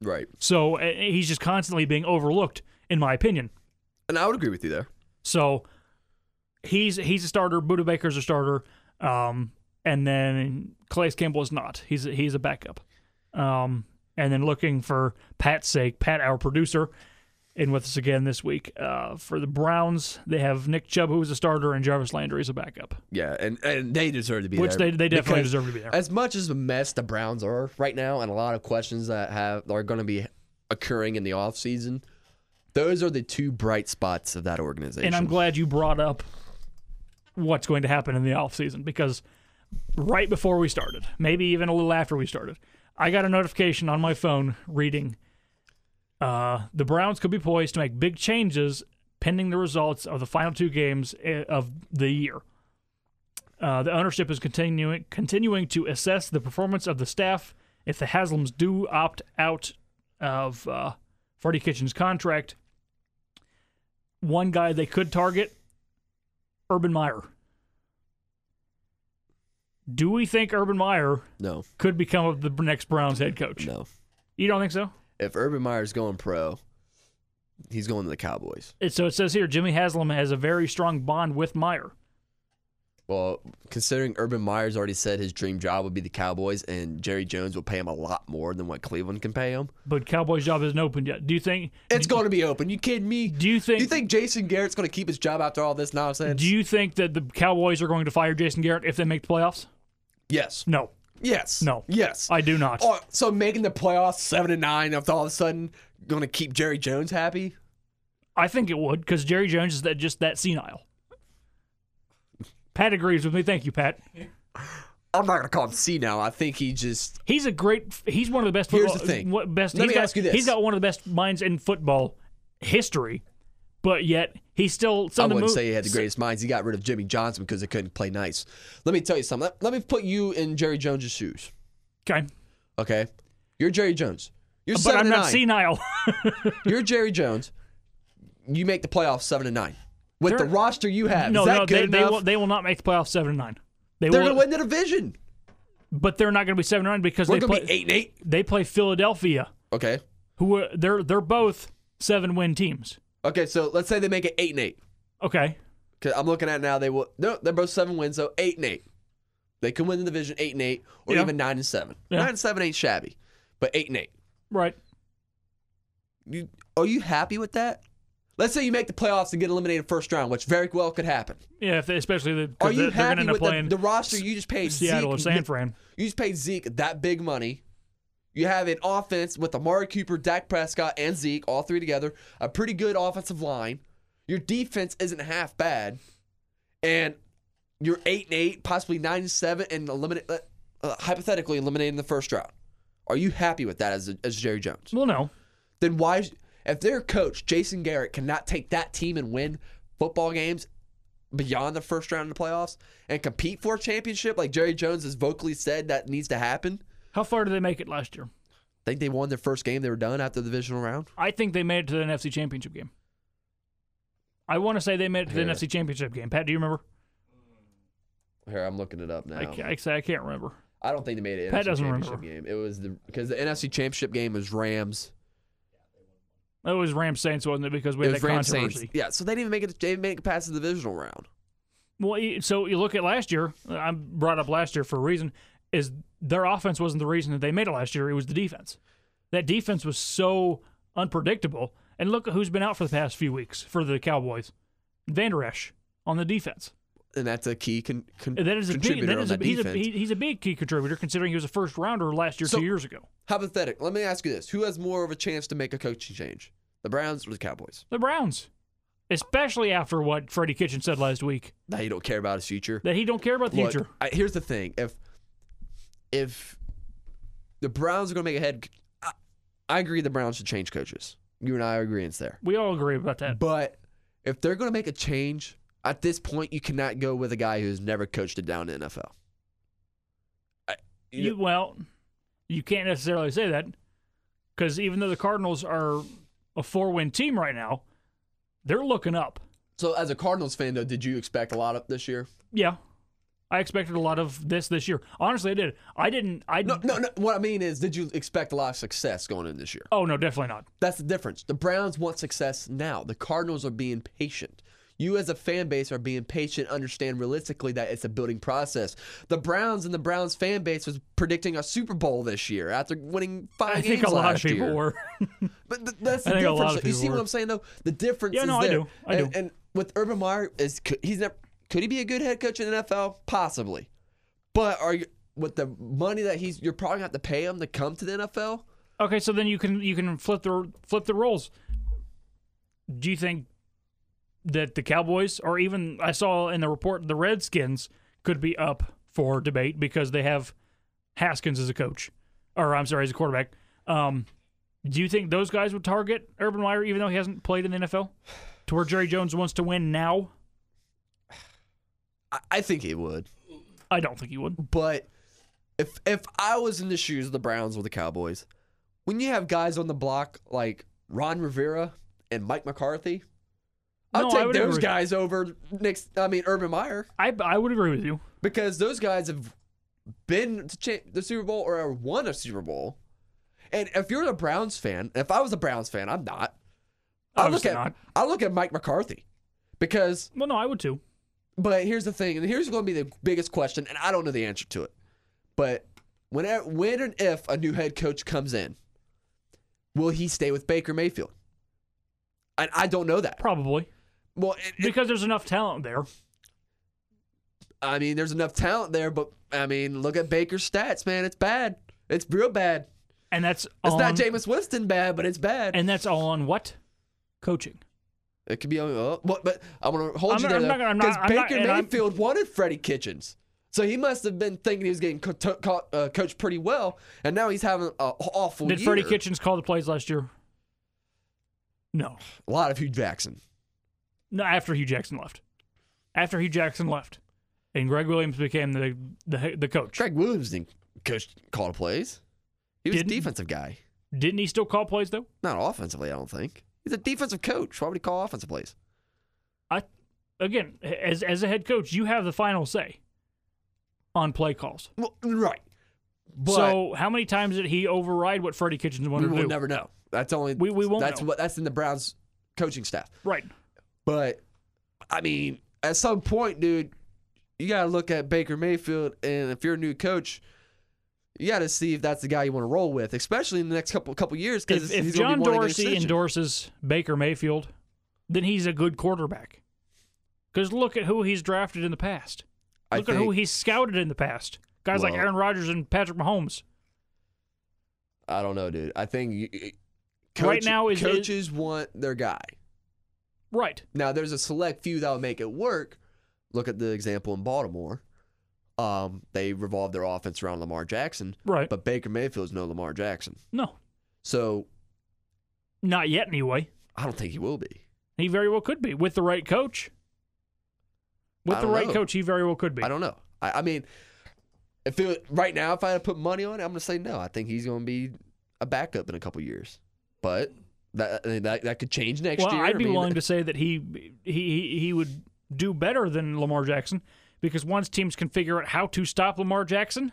Right, So uh, he's just constantly being overlooked, in my opinion. and I would agree with you there. So he's he's a starter. Buda Baker's a starter, um, and then Clay's Campbell is not. He's a, he's a backup. Um, and then looking for Pat's sake, Pat, our producer, in with us again this week. Uh, for the Browns, they have Nick Chubb, who is a starter, and Jarvis Landry is a backup, Yeah, and, and they deserve to be which there they, they definitely because- deserve to be there. As much as the mess the Browns are right now, and a lot of questions that have are going to be occurring in the offseason, those are the two bright spots of that organization. And I'm glad you brought up what's going to happen in the offseason because right before we started, maybe even a little after we started, I got a notification on my phone reading uh, the Browns could be poised to make big changes pending the results of the final two games eh, of the year. Uh, the ownership is continuing continuing to assess the performance of the staff. If the Haslams do opt out of uh, Freddie Kitchen's contract, one guy they could target, Urban Meyer. Do we think Urban Meyer no, could become the next Browns head coach? no. You don't think so? If Urban Meyer's going pro, he's going to the Cowboys. It, so it says here Jimmy Haslam has a very strong bond with Meyer. Well, considering Urban Meyer's already said his dream job would be the Cowboys, and Jerry Jones will pay him a lot more than what Cleveland can pay him, But Cowboys' job isn't open yet. Do you think? it's going to be open. You kidding me? Do you think? Do you think Jason Garrett's going to keep his job after all this nonsense? do you think that the Cowboys are going to fire Jason Garrett if they make the playoffs? yes. No, Yes. No. Yes. I do not. Oh, so making the playoffs seven and nine, if all of a sudden going to keep Jerry Jones happy? I think it would because Jerry Jones is that just that senile. Pat agrees with me. Thank you, Pat. I'm not going to call him C now. I think he just He's a great. He's one of the best. Here's Football, the thing. What best? Let he's me got, ask you this. He's got one of the best minds in football history, but yet he's still. Some I of the wouldn't mo- say he had the greatest minds. He got rid of Jimmy Johnson because they couldn't play nice. Let me tell you something. Let, let me put you in Jerry Jones' shoes. Okay, Okay, you're Jerry Jones. You're but seven I'm and not nine. senile. You're Jerry Jones. You make the playoffs seven and nine with They're- the roster you [laughs] have. no, Is that no, they, good they enough? will. They will not make the playoffs seven and nine. They They're will, going to win the division. but they're not going to be seven and nine because We're they going play. to be eight and eight. They play Philadelphia, Okay. who are, they're they're both seven win teams. Okay. So let's say they make it eight and eight. Okay, Cause I'm looking at now they will no they're both seven wins so eight and eight. They can win the division eight and eight or Yeah. even nine and seven. Yeah. Nine and seven ain't shabby, but eight and eight. right. You are you happy with that? Let's say you make the playoffs and get eliminated first round, which very well could happen. Yeah, if they, especially the, 'cause Are you they're going to happy end up with the, playing the roster you just paid? Seattle or Zeke, San Fran. You just paid Zeke that big money. You have an offense with Amari Cooper, Dak Prescott, and Zeke, all three together. A pretty good offensive line. Your defense isn't half bad, and you're eight and eight, possibly nine and seven, and eliminate uh, uh, hypothetically eliminated in the first round. Are you happy with that as a, as Jerry Jones? Well, no, Then why, if their coach Jason Garrett cannot take that team and win football games beyond the first round of the playoffs and compete for a championship, like Jerry Jones has vocally said that needs to happen? how far did they make it last year? think they won their first game. They were done after the divisional round. I think they made it to the NFC Championship game. I want to say they made it to the Yeah. NFC Championship game. Pat, do you remember? Here, I'm looking it up now. I, ca- I say I can't remember. I don't think they made it. Pat NFC doesn't championship game. It was the because the NFC championship game was Rams. It was Rams Saints, wasn't it? Because we It had was that Rams controversy. Saints. Yeah, so they didn't even make it. They didn't make it past the divisional round. Well, you- so you look at last year. I brought up last year for a reason. Is their offense wasn't the reason that they made it last year? It was the defense. That defense was so unpredictable, And look at who's been out for the past few weeks for the Cowboys. Vander Esch on the defense. and that's a key con- con- And That is a big, contributor that on is a, that he's, a, defense. he- he's a big key contributor considering he was a first rounder last year, So- two years ago. Hypothetic. Let me ask you this: Who has more of a chance to make a coaching change, the Browns or the Cowboys? The Browns, especially after what Freddie Kitchen said last week, Now you don't care about his future. that he don't care about the Look, future. I, here's the thing: if if the Browns are going to make a head, I, I agree the Browns should change coaches. You and I are agreeing there. We all agree about that. But if they're going to make a change at this point, you cannot go with a guy who's never coached it down in the NFL. I, You, well, you can't necessarily say that because even though the Cardinals are a four-win team right now, they're looking up. so, as a Cardinals fan, though, did you expect a lot of this year? Yeah, I expected a lot of this this year. Honestly, I did. I didn't. I No, no, no. What I mean is, did you expect a lot of success going in this year? oh no, definitely not. That's the difference. The Browns want success now. The Cardinals are being patient. You as a fan base are being patient, understand realistically that it's a building process. The Browns and the Browns fan base was predicting a Super Bowl this year after winning five I games think a lot of last people year. were. But th- that's the I think a lot difference. of you people see were. what I'm saying though? The difference Yeah, is no, I there. do. I and, do. and with Urban Meyer is could- he's never could he be a good head coach in the NFL? Possibly. But are you with the money that he's you're probably gonna have to pay him to come to the NFL? okay, so then you can you can flip the flip the roles. Do you think that the Cowboys or even I saw in the report the Redskins could be up for debate because they have Haskins as a coach, or I'm sorry, as a quarterback. Um, do you think those guys would target Urban Meyer even though he hasn't played in the NFL? To where Jerry Jones wants to win now? I, I think he would. I don't think he would. But if if I was in the shoes of the Browns or the Cowboys, when you have guys on the block like Ron Rivera and Mike McCarthy, I'll No, I take would agree those with you. guys over next. I mean Urban Meyer I I would agree with you. because those guys have been to cha- the Super Bowl or have won a Super Bowl. And if you're a Browns fan, if I was a Browns fan, I'm not. I look Obviously at not. I look at Mike McCarthy because Well, no, I would too. But here's the thing, and here's going to be the biggest question, and I don't know the answer to it. But when, when and if a new head coach comes in, will he stay with Baker Mayfield? And I don't know that. Probably Well, it, it- because there's enough talent there. I mean, there's enough talent there, but I mean, look at Baker's stats, man. It's bad. It's real bad. And that's It's on, not Jameis Winston bad, but it's bad. and that's all on what? Coaching. it could be. Oh, what, but I'm gonna hold I'm you not- I'm there not gonna- I'm not- because I'm not- Baker and I'm- Mayfield wanted Freddie Kitchens, so he must have been thinking he was getting co- to- co- uh, coached pretty well, and now he's having an awful Did year. Freddie Kitchens call the plays last year? No. a lot of Hugh Jackson? No, after Hugh Jackson left. After Hugh Jackson left. And Greg Williams became the the, the coach. Greg Williams didn't coach call the plays. He was Didn't? a defensive guy, Didn't he still call plays though? not offensively. I don't think he's a defensive coach. Why would he call offensive plays? I again, as as a head coach, you have the final say on play calls. Well, right, but so how many times did he override what Freddie Kitchens we wanted to will do? never know. That's only We- we won't That's know. what that's in the Browns coaching staff. right. But I mean, at some point, dude, you gotta look at Baker Mayfield, and if you're a new coach, you gotta see if that's the guy you want to roll with, especially in the next couple couple years. if, Because if he's gonna John be wanting a Dorsey extension. endorses Baker Mayfield, then he's a good quarterback. Because look at who he's drafted in the past. I Look at who think- he's scouted in the past. Guys like Well- Aaron Rodgers and Patrick Mahomes. I don't know, dude. I think you, you- Right coach- now is- coaches want their guy. Right. Now there's a select few that will make it work. Look at the example in Baltimore. Um, they revolved their offense around Lamar Jackson, Right. but Baker Mayfield is no Lamar Jackson. no, So not yet anyway. I don't think he will be. He very well could be with the right coach. With I the don't right know. coach, he very well could be. I don't know. I, I mean, if it was, right now, if I had to put money on it, I'm gonna say no. I think he's gonna be a backup in a couple years, but that I mean, that, that could change next well, year. I'd be I mean, willing to say that he, he he he would do better than Lamar Jackson because once teams can figure out how to stop Lamar Jackson,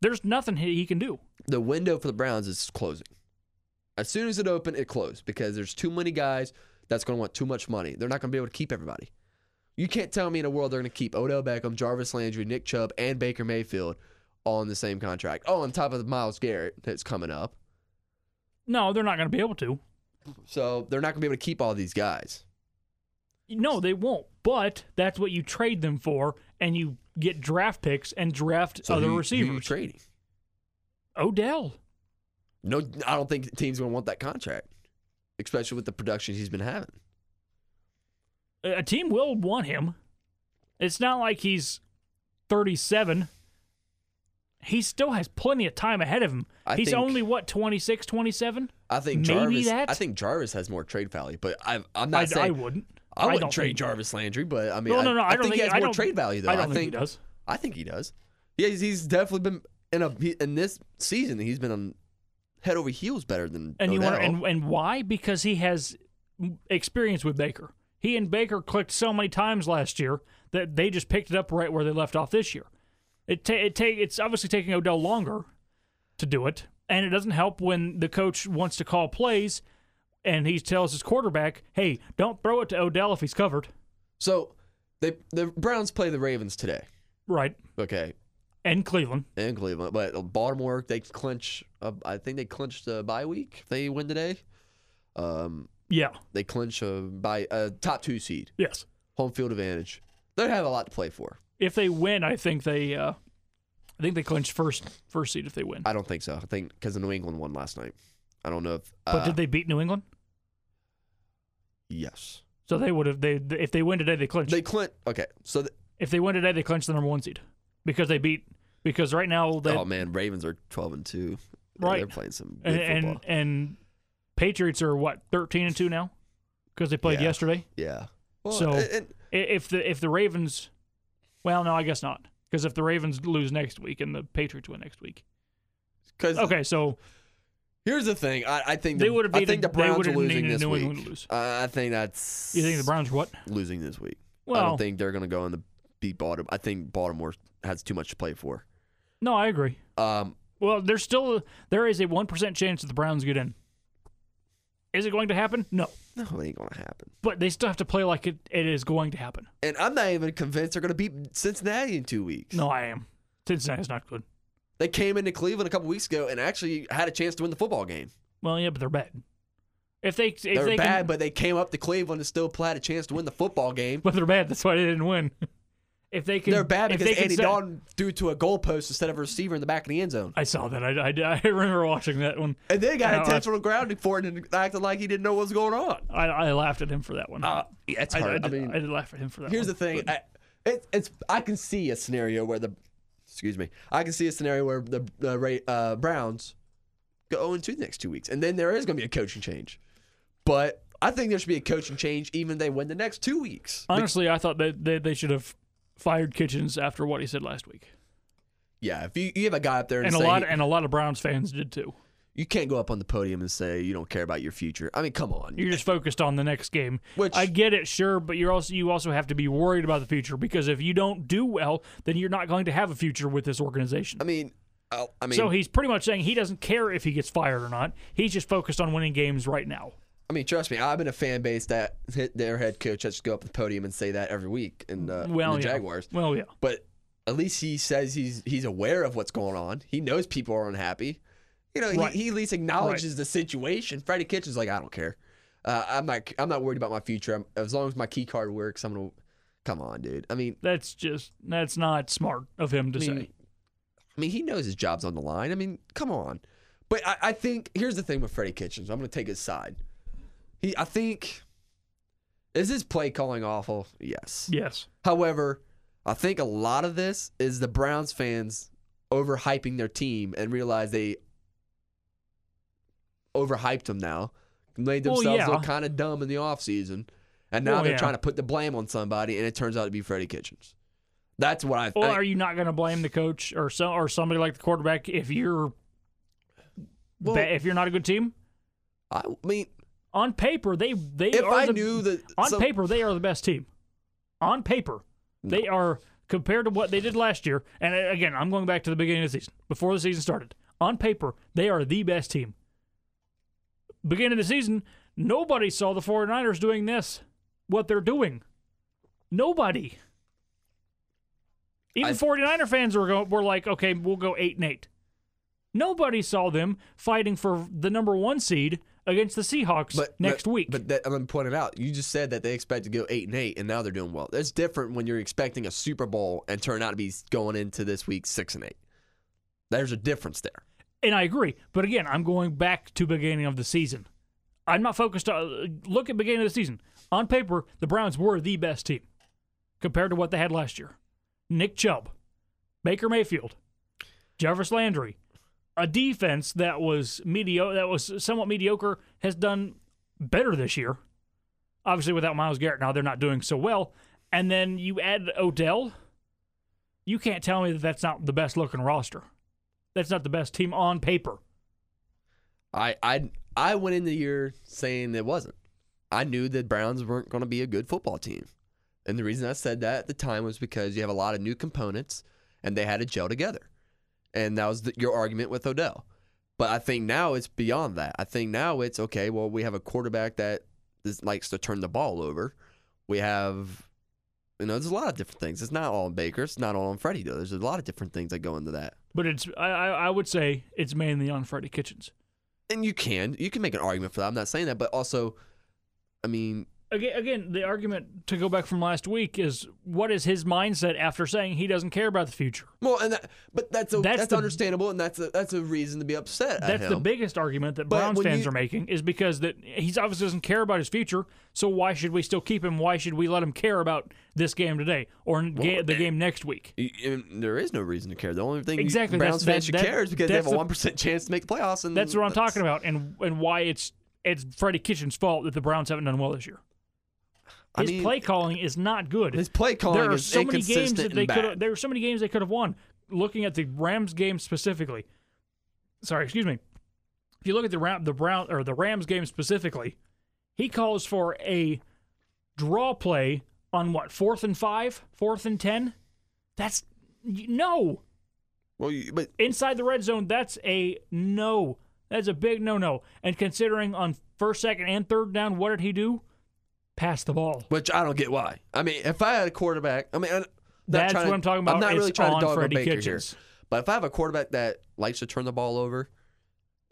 there's nothing he, he can do. The window for the Browns is closing. As soon as it opened, it closed because there's too many guys that's gonna want too much money. They're not gonna be able to keep everybody. You can't tell me in a world they're gonna keep Odell Beckham, Jarvis Landry, Nick Chubb, and Baker Mayfield all on the same contract. Oh, on top of Miles Garrett that's coming up. No, they're not going to be able to. So they're not going to be able to keep all these guys. No, they won't. But that's what you trade them for, and you get draft picks and draft So other who- who you receivers. trading? Odell. No, I don't think the team's going to want that contract, especially with the production he's been having. A a team will want him. It's not like he's 37. He still has plenty of time ahead of him. I he's think- only, what, 26, 27? I think Maybe Jarvis. that? I think Jarvis has more trade value, but I, I'm not I, saying I wouldn't. I wouldn't don't trade think- Jarvis Landry, but I mean, No, no, no. I, don't think, he has I more don't, trade value though. I don't think he does. I think he does. Yeah, he's, he's definitely been in a he- in this season. He's been on head over heels better than And you Odell. want and and why? Because he has experience with Baker. He and Baker clicked so many times last year that they just picked it up right where they left off this year. It ta- it take it's obviously taking Odell longer to do it, and it doesn't help when the coach wants to call plays and he tells his quarterback, "Hey, don't throw it to Odell if he's covered." so they the Browns play the Ravens today. Right. Okay, And Cleveland. in Cleveland, but Baltimore they clinch. Uh, I think they clinched the bye week. If they win today, um, Yeah. they clinch a by a top two seed, Yes. home field advantage. They have a lot to play for. If they win, I think they uh I think they clinch first first seed if they win. I don't think so. I think because New England won last night. I don't know if. But uh, did they beat New England? Yes. So they would have they if they win today they clinch. They clinch. Okay, so the, if they win today they clinch the number one seed because they beat because right now they oh man, Ravens are twelve and two. Yeah, Right. they're playing some good and, football. and and Patriots are what thirteen and two now because they played Yeah. yesterday. yeah. Well, So- and- and- I- If the if the Ravens, well no I guess not because if the Ravens lose next week and the Patriots win next week, 'cause okay so here's the thing. I, I think They the, would've I think needed- the they Browns are would've losing needed this New week. England to lose. Uh, I think that's you think the Browns what? losing this week. I Well, don't think they're going to go in the beat Baltimore. I think Baltimore has too much to play for. no I agree. Um, Well, there's still there is a one percent chance that the Browns get in. Is it going to happen? No, no, it ain't going to happen. but they still have to play like it, it is going to happen. And I'm not even convinced they're going to beat Cincinnati in two weeks. No, I am. Cincinnati's not good. They came into Cleveland a couple weeks ago and actually had a chance to win the football game. Well, yeah, but they're bad. If they if They're they bad, can, but they came up to Cleveland and still had a chance to win the football game. but they're bad. That's why they didn't win. [laughs] If they can, They're bad if because they can Andy set- Dalton threw to a goalpost instead of a receiver in the back of the end zone. I saw that. I, I, [laughs] I remember watching that one. And they got I know, intentional grounding for it and acted like he didn't know what was going on. I, I laughed at him for that one. Uh, yeah, it's I, I, I did, mean, I did laugh at him for that. Here's the one. thing. I, it, it's I can see a scenario where the excuse me. I can see a scenario where the the Ra- uh, Browns go 0 2 the next two weeks, and then there is going to be a coaching change. But I think there should be a coaching change even if they win the next two weeks. Honestly, I thought that they, they should have fired Kitchens after what he said last week, Yeah, if you, you have a guy up there and, and a say lot and a lot of Browns fans did too. you can't go up on the podium and say you don't care about your future. I mean, come on. You're just focused on the next game. Which- I get it, sure, but you're also you also have to be worried about the future because if you don't do well, then you're not going to have a future with this organization. I mean, i I mean, So he's pretty much saying he doesn't care if he gets fired or not. He's just focused on winning games right now. I mean, trust me. I've been a fan base that hit their head coach has to go up to the podium and say that every week, and uh, in Well, the yeah. Jaguars. Well, yeah. but at least he says he's he's aware of what's going on. He knows people are unhappy. You know, Right. he, he at least acknowledges the situation. Freddie Kitchens like, I don't care. Uh, I'm not I'm not worried about my future. I'm, as long as my key card works, I'm gonna. Come on, dude. I mean, That's just that's not smart of him to I mean, say. I mean, he knows his job's on the line. I mean, come on. But I, I think here's the thing with Freddie Kitchens. I'm gonna take his side. He, I think, is his play calling awful? Yes. Yes. However, I think a lot of this is the Browns fans overhyping their team and realize they overhyped them now, made Well, themselves yeah. look kind of dumb in the offseason, and now Well, they're yeah. trying to put the blame on somebody, and it turns out to be Freddie Kitchens. That's what I. Or I are you not going to blame the coach or so or somebody like the quarterback if you're Well- ba- if you're not a good team? I mean, On paper, they they if are I the, knew that on some- paper they are the best team. On paper, they are compared to what they did last year. And uh, again, I'm going back to the beginning of the season before the season started. On paper, they are the best team. Beginning of the season, nobody saw the 49ers doing this, what they're doing. Nobody. Even I- 49er fans were, go, were like, okay, we'll go 8 and 8. Nobody saw them fighting for the number one seed against the Seahawks But next but- week. But that, I'm gonna point it out. You just said that they expect to go eight and eight, and now they're doing well. That's different when you're expecting a Super Bowl and turn out to be going into this week six and eight. There's a difference there. and I agree. But again, I'm going back to beginning of the season. I'm not focused on look at beginning of the season. On paper, the Browns were the best team compared to what they had last year. Nick Chubb, Baker Mayfield, Jarvis Landry, a defense that was mediocre, that was somewhat mediocre, has done better this year. Obviously, without Miles Garrett now, they're not doing so well. And then you add Odell. You can't tell me that that's not the best looking roster that's not the best team on paper. I I I went in the year saying it wasn't. I knew the Browns weren't going to be a good football team, and the reason I said that at the time was because you have a lot of new components, and they had to gel together, and that was the, your argument with Odell. But I think now it's beyond that. I think now it's okay. Well, we have a quarterback that is, likes to turn the ball over. We have, you know, there's a lot of different things. It's not all on Baker. It's not all on Freddie though. There's a lot of different things that go into that. But it's I, I I would say it's mainly on Freddie Kitchens. and you can you can make an argument for that. I'm not saying that, but also, I mean, Again, again, the argument to go back from last week is what is his mindset after saying he doesn't care about the future? well, and that, but that's a, That's that's, the- understandable, and that's a, that's a reason to be upset. at That's the him. biggest argument that But Browns when fans you- are making is because that he's obviously doesn't care about his future. So why should we still keep him? Why should we let him care about this game today or n- ga- eh, the game next week? You- you- There is no reason to care. The only thing Exactly, you, Browns that's- fans that- should that- care is because they have that's a the- one percent chance to make the playoffs, and That's what I'm talking about, and and why it's it's Freddie Kitchens' fault that the Browns haven't done well this year. I His mean, play calling is not good. His play calling there are is so many games inconsistent that they and could bad. have there are so many games they could have won looking at the Rams game specifically sorry excuse me if you look at the Ram, the Brown or the Rams game specifically he calls for a draw play on what fourth and five fourth and 10 that's y- no Well, you, but inside the red zone that's a no that's a big no no and considering on first second and third down what did he do pass the ball which I don't get why. I mean, if I had a quarterback, I mean, I'm not That's trying to- what I'm talking about. I'm not It's really trying on to dog on Freddie Baker Kitchens. here, but if I have a quarterback that likes to turn the ball over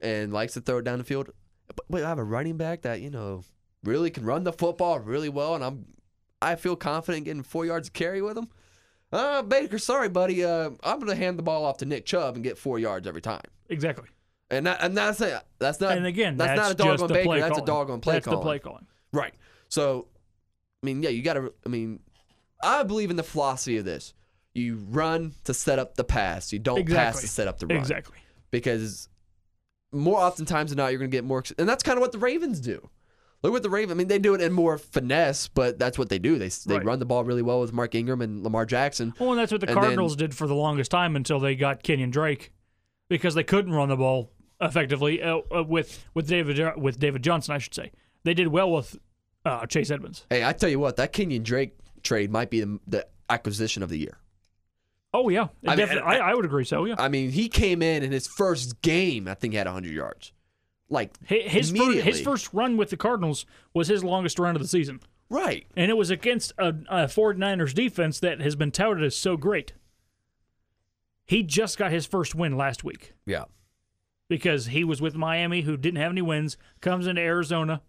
and likes to throw it down the field, but, but I have a running back that you know really can run the football really well, and I'm I feel confident getting four yards of carry with him. Uh, Baker, sorry, buddy. Uh, I'm gonna hand the ball off to Nick Chubb and get four yards every time. exactly And that, and that's a, that's not and again Uh, that's, not a dog just on the Baker. play That's a calling. dog on play that's calling. the play calling Right. So, I mean, yeah, you got to. I mean, I believe in the philosophy of this. You run to set up the pass. You don't pass Exactly. to set up the run. Exactly. Because more oftentimes than not, you're going to get more. And that's kind of what the Ravens do. Look what the Ravens. I mean, they do it in more finesse, but that's what they do. They they Right. run the ball really well with Mark Ingram and Lamar Jackson. Well, and that's what the And then- Cardinals did for the longest time until they got Kenyon Drake, because they couldn't run the ball effectively uh, uh, with with David Jo- with David Johnson, I should say. They did well with uh, Chase Edmonds. Hey, I tell you what, that Kenyon Drake trade might be the, the acquisition of the year. Oh yeah, I mean, Defi- I- I, I would agree. So yeah, I mean, he came in in his first game. I think he had 100 yards. Like Hi- his first, his immediately. first run with the Cardinals was his longest run of the season, right. and it was against a, a 49ers defense that has been touted as so great. He just got his first win last week. Yeah. because he was with Miami, who didn't have any wins, comes into Arizona,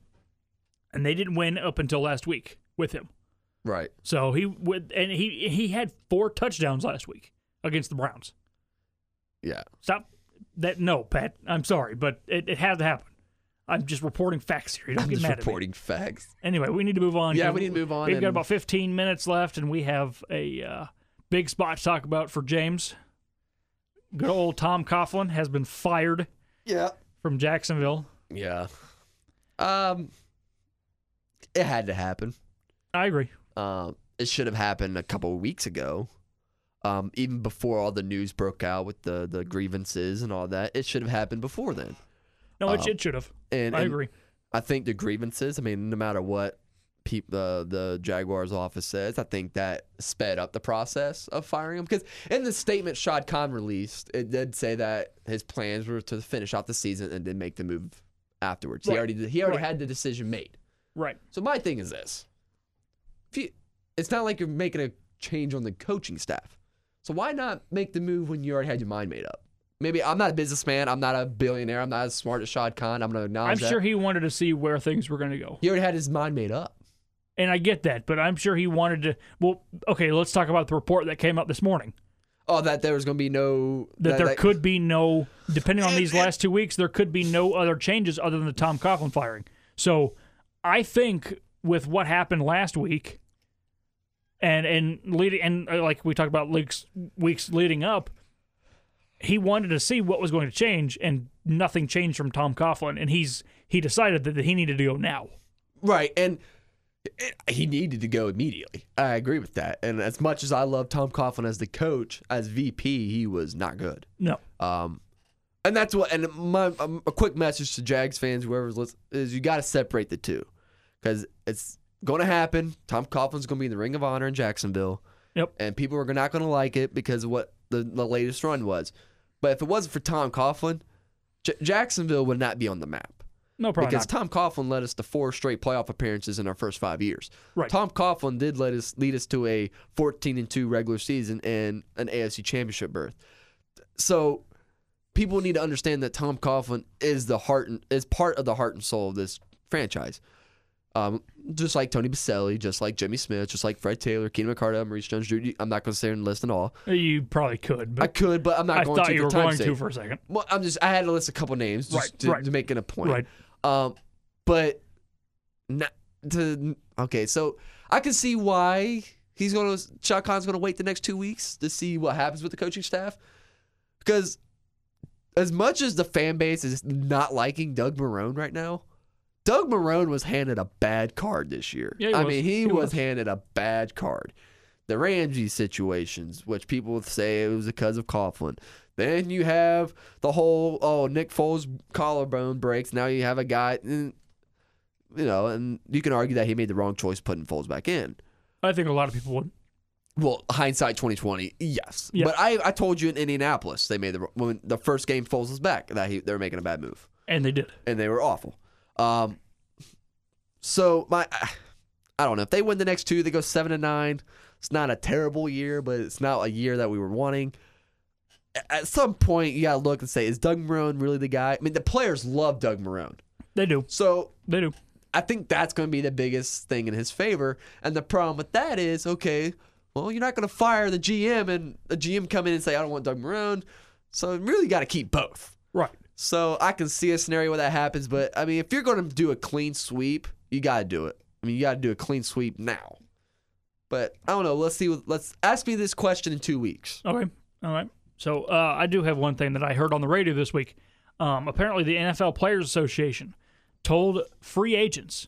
and they didn't win up until last week with him. Right. So he would, and he he had four touchdowns last week against the Browns. Yeah. Stop that! No, Pat, I'm sorry, but it, it had to happen. I'm just reporting facts here. You don't I'm get just mad reporting facts. at me. Anyway, we need to move on. Yeah, 'cause we need to move on We've got and- about 15 minutes left, and we have a uh, big spot to talk about for James. Good old Tom Coughlin has been fired Yeah. from Jacksonville. Yeah. Um it had to happen. I agree. Um it should have happened a couple of weeks ago. Um even before all the news broke out with the the grievances and all that. It should have happened before then. No, it, Um, it should have. And, I and agree. I think the grievances, I mean no matter what peop the the Jaguars office says, I think that sped up the process of firing him because in the statement Shad Khan released, it did say that his plans were to finish out the season and then make the move afterwards. Right. He already did, he already Right. had the decision made. Right. So my thing is this: if you, it's not like you're making a change on the coaching staff, so why not make the move when you already had your mind made up? Maybe I'm not a businessman. I'm not a billionaire. I'm not as smart as Shad Khan. I'm gonna I'm acknowledge that. sure he wanted to see where things were going to go. he already had his mind made up. And I get that, but I'm sure he wanted to. Well, okay, let's talk about the report that came out this morning Oh, that there was gonna be no that, there could be no, depending on these last two weeks, there could be no other changes other than the Tom Coughlin firing. So I think with what happened last week, and and leading and uh, like we talked about weeks weeks leading up, he wanted to see what was going to change, and nothing changed from Tom Coughlin, and he's he decided that, that he needed to go now. Right, and it- he needed to go immediately. I agree with that. And as much as I love Tom Coughlin as the coach, as VP, he was not good. No, Um, and that's what. And my um, a quick message to Jags fans, whoever's listening, is you got to separate the two because it's going to happen. Tom Coughlin's going to be in the Ring of Honor in Jacksonville. Yep. And people are not going to like it because of what the, the latest run was. But if it wasn't for Tom Coughlin, J- Jacksonville would not be on the map no problem. because Tom Coughlin led us to four straight playoff appearances in our first five years. Right. Tom Coughlin did let us lead us to a 14 and two regular season and an AFC Championship berth. So people need to understand that Tom Coughlin is the heart and is part of the heart and soul of this franchise. Um, just like Tony Baselli, just like Jimmy Smith, just like Fred Taylor, Keenan McCarter, Maurice Jones-Drew. I'm not going to say and list them all. you probably could, I but could, but I'm not I, going thought to. you for were time's going to sake. for a second. Well, I'm just I had to list a couple names just Right, to, right. to make it a point. Right. Um, but not to okay. So I can see why he's going to Shot Khan's going to wait the next two weeks to see what happens with the coaching staff because as much as the fan base is not liking Doug Marone right now. Doug Marone was handed a bad card this year. Yeah, he I was. mean, he, He was, was. handed a bad card. The Ramsey situations, which people would say it was because of Coughlin. Then you have the whole oh Nick Foles collarbone breaks. Now you have a guy, mm, you know, and you can argue that he made the wrong choice putting Foles back in. I think a lot of people would. Well, hindsight twenty twenty, yes. Yeah. But I, I told you in Indianapolis they made the when the first game Foles was back that he, they were making a bad move And they did. and they were awful. Um, so my, I don't know if they win the next two, they go seven and nine. It's not a terrible year, but it's not a year that we were wanting. A- At some point, you gotta look and say, is Doug Marone really the guy? I mean, the players love Doug Marone, They do. so They do. I think that's going to be the biggest thing in his favor. And the problem with that is, okay, well, you're not going to fire the GM and the GM come in and say, I don't want Doug Marone. So you really got to keep both. Right. So I can see a scenario where that happens, but I mean, if you're going to do a clean sweep, you got to do it. I mean, you got to do a clean sweep now. But I don't know. Let's see. what- Let's ask me this question in two weeks. Okay. All right. So uh, I do have one thing that I heard on the radio this week. Um, apparently, the NFL Players Association told free agents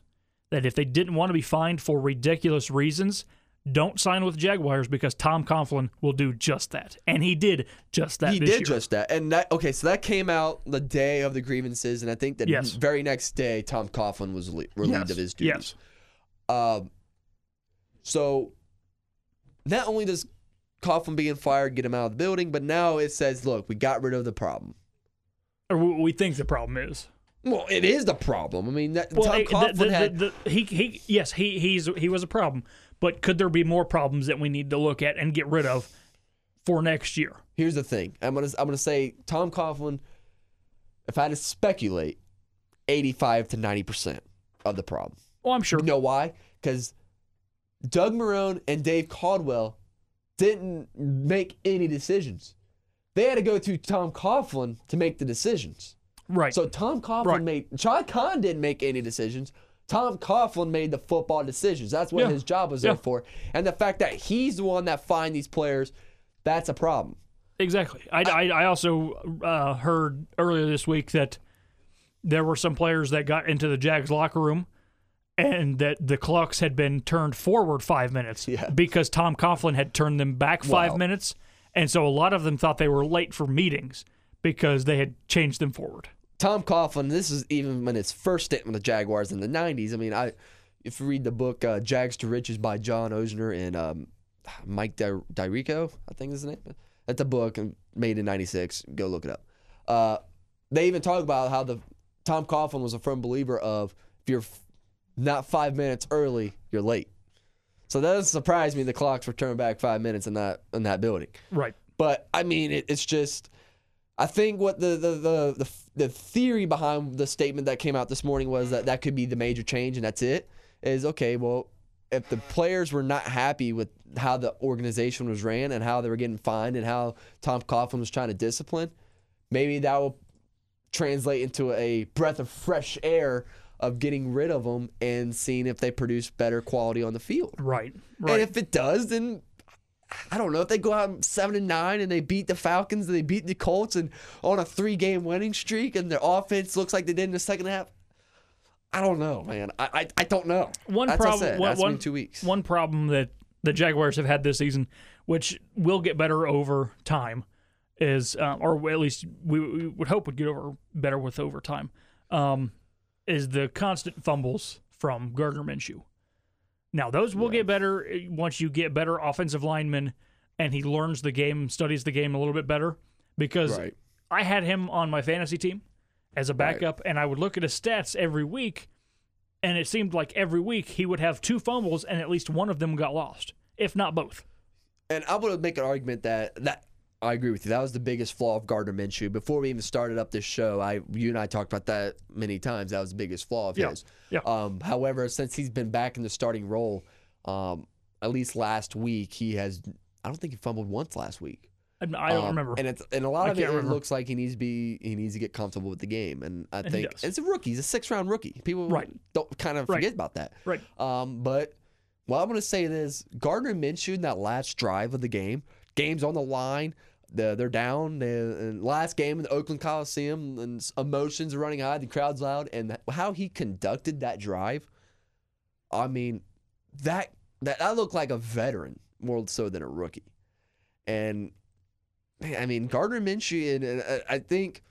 that if they didn't want to be fined for ridiculous reasons, don't sign with Jaguars because Tom Coughlin will do just that, and he did just that. He this did year. just that, and that okay. So that came out the day of the grievances, and I think the Yes. very next day, Tom Coughlin was le- relieved Yes. of his duties. Yes. Um, so not only does Coughlin being fired get him out of the building, but now it says, look, we got rid of the problem. Or what we think the problem is. Well, it is the problem. I mean, that, Well, Tom eh, Coughlin the- the- had the- the- he, he, yes, he, he's he was a problem, but could there be more problems that we need to look at and get rid of for next year? Here's the thing. I'm gonna I'm gonna say Tom Coughlin. If I had to speculate, 85 to 90 percent of the problem. Well, Oh, I'm sure. You know why? Because Doug Marone and Dave Caldwell didn't make any decisions. They had to go through Tom Coughlin to make the decisions. Right. So Tom Coughlin Right. made Chad Khan didn't make any decisions. Tom Coughlin made the football decisions. That's what Yeah. his job was Yeah. there for. And the fact that he's the one that find these players, that's a problem. Exactly. I, I, I also uh, heard earlier this week that there were some players that got into the Jags locker room and that the clocks had been turned forward five minutes Yeah. because Tom Coughlin had turned them back five Wow. minutes. And so a lot of them thought they were late for meetings because they had changed them forward. Tom Coughlin, this is even when his first stint with the Jaguars in the 90s. I mean, I if you read the book uh, Jags to Riches by John Osner and um, Mike Di- Dirico, I think is the name. That's a book and made in 96. Go look it up. Uh, they even talk about how the Tom Coughlin was a firm believer of if you're f- not five minutes early, you're late. So that doesn't surprise me the clocks were turned back five minutes in that in that building. Right. But I mean, it, it's just I think what the the, the the the theory behind the statement that came out this morning was that that could be the major change, and that's it. Is okay. Well, if the players were not happy with how the organization was ran and how they were getting fined and how Tom Coughlin was trying to discipline, maybe that will translate into a breath of fresh air of getting rid of them and seeing if they produce better quality on the field. Right. Right. And if it does, then I don't know if they go out seven and nine and they beat the Falcons and they beat the Colts and on a three game winning streak and their offense looks like they did in the second half. I don't know, man. I I, I don't know. one That's what I problem said. one, Ask me one- in two weeks. one problem that the Jaguars have had this season, which will get better over time, is um, or at least we, we would hope would get over better with over time, um, is the constant fumbles from Gardner Minshew. Now those will get better eh, once you get better offensive linemen, and he learns the game, studies the game a little bit better. Because Right. I had him on my fantasy team as a backup, and I would look at his stats every week, and it seemed like every week he would have two fumbles, and at least one of them got lost, if not both. And I want to make an argument that that I agree with you. That was the biggest flaw of Gardner Minshew. Before we even started up this show, I you and I talked about that many times. That was the biggest flaw of Yeah. his. Yeah. Um, however, since he's been back in the starting role, um, at least last week he has. I don't think he fumbled once last week. And I don't Um, remember. And it's and a lot I of it, can't it remember. looks like he needs to be he needs to get comfortable with the game. And I he think does. it's a rookie. He's a six round rookie. People Right. don't kind of Right. forget about that. Right. Um, but what I'm going to say is Gardner Minshew in that last drive of the game, game's on the line. The, they're down. They, and last game in the Oakland Coliseum, and s- emotions are running high. The crowd's loud, and that- how he conducted that drive. I mean, that that that looked like a veteran more so than a rookie. And man, I mean, Gardner Minshew, and, and uh, I- I think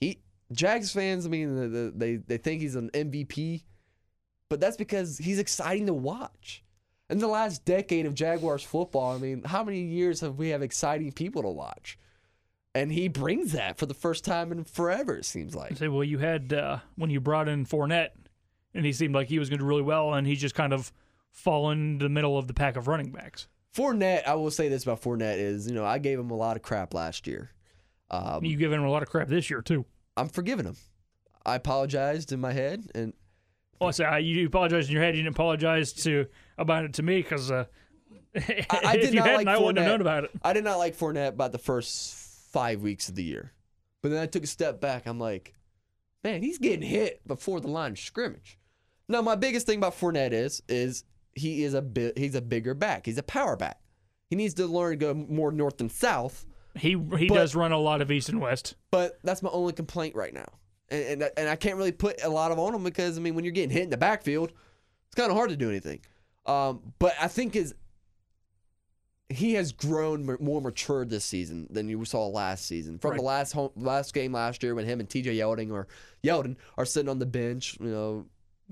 he Jags fans. I mean, the, the, they they think he's an MVP, but that's because he's exciting to watch. In the last decade of Jaguars football, I mean, how many years have we have exciting people to watch? And he brings that for the first time in forever. It seems like. say, well, you had uh, when you brought in Fournette, and he seemed like he was going to do really well, and he's just kind of fallen into the middle of the pack of running backs. Fournette, I will say this about Fournette is, you know, I gave him a lot of crap last year. Um, You give him a lot of crap this year too. I'm forgiving him. I apologized in my head, and Well, I say I, you apologized in your head. You didn't apologize to about it to me because uh, [laughs] I, I if did you not hadn't, like I Fournette. wouldn't have known about it. I did not like Fournette about the first five weeks of the year, but then I took a step back. I'm like, man, he's getting hit before the line of scrimmage. Now, my biggest thing about Fournette is is he is a bit he's a bigger back. He's a power back. He needs to learn to go more north and south. He he But- does run a lot of east and west. But that's my only complaint right now. And, and, and I can't really put a lot of on him because, I mean, when you're getting hit in the backfield, it's kind of hard to do anything. Um, but I think is he has grown ma- more mature this season than you saw last season. From the Right. last home, last game last year when him and TJ Yeldon or Yeldon are sitting on the bench, you know,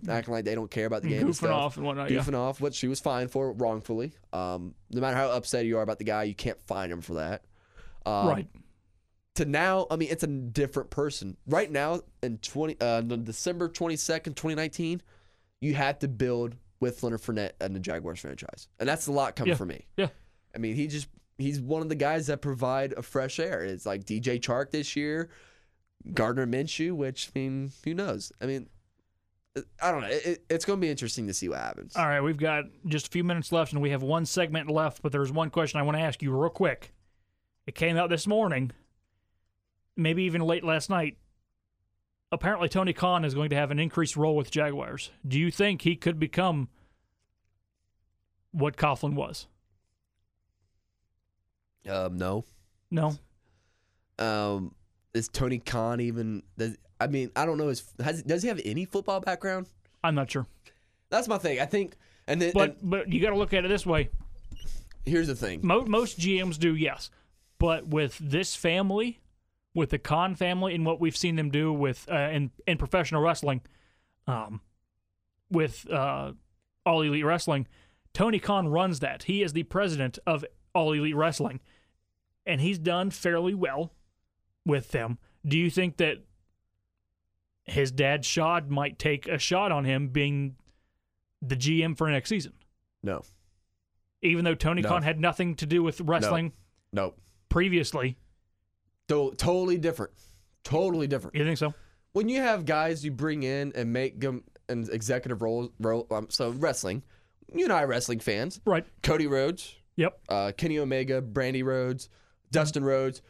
acting like they don't care about the game. and goofing stuff off and whatnot. yeah. goofing off, which she was fined for wrongfully. Um, no matter how upset you are about the guy, you can't fine him for that. Um, right. to now, I mean, it's a different person. Right now, in twenty uh, no, December twenty second, twenty nineteen, you had to build with Leonard Fournette and the Jaguars franchise, and that's a lot coming Yeah. for me. Yeah. I mean, he just he's one of the guys that provide a fresh air. It's like DJ Chark this year, Gardner Minshew, which I mean, who knows? I mean, I don't know. It, it- it's going to be interesting to see what happens. All right, we've got just a few minutes left, and we have one segment left. But there's one question I want to ask you real quick. It came out this morning, maybe even late last night. Apparently, Tony Khan is going to have an increased role with Jaguars. Do you think he could become what Coughlin was? Um, no. No, Um, is Tony Khan even? Does, I mean, I don't know. His, has, does he have any football background? I'm not sure. That's my thing. I think. And then But and but you got to look at it this way: here's the thing. Mo- most GMs do, yes. But with this family, with the Khan family, and what we've seen them do with uh, in in professional wrestling, um, with uh, All Elite Wrestling, Tony Khan runs that. He is the president of All Elite Wrestling, and he's done fairly well with them. Do you think that his dad Shad might take a shot on him being the GM for next season? No, even though Tony No. Khan had nothing to do with wrestling no. previously, To- totally different. Totally different. You think so? when you have guys you bring in and make them an executive role, role um, so wrestling, you and I are wrestling fans. Right. Cody Rhodes, Yep. uh, Kenny Omega, Brandy Rhodes, Dustin Rhodes,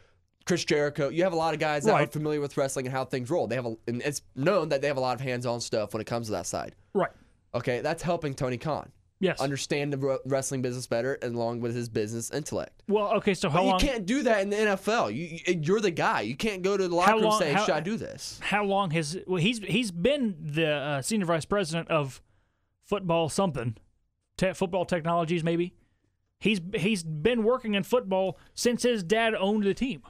Chris Jericho. You have a lot of guys that are Mm-hmm. Right. familiar with wrestling and how things roll. They have, a, and it's known that they have a lot of hands-on stuff when it comes to that side. Right. Okay, that's helping Tony Khan Yes. understand the wr- wrestling business better, and along with his business intellect. well, okay. So how But you long? can't do that in the NFL. You, you- you're the guy. You can't go to the locker room long- and say, how- "Should I do this?" How long has well, he's he's been the uh, senior vice president of football something, te- football technologies maybe. He's he's been working in football since his dad owned the team,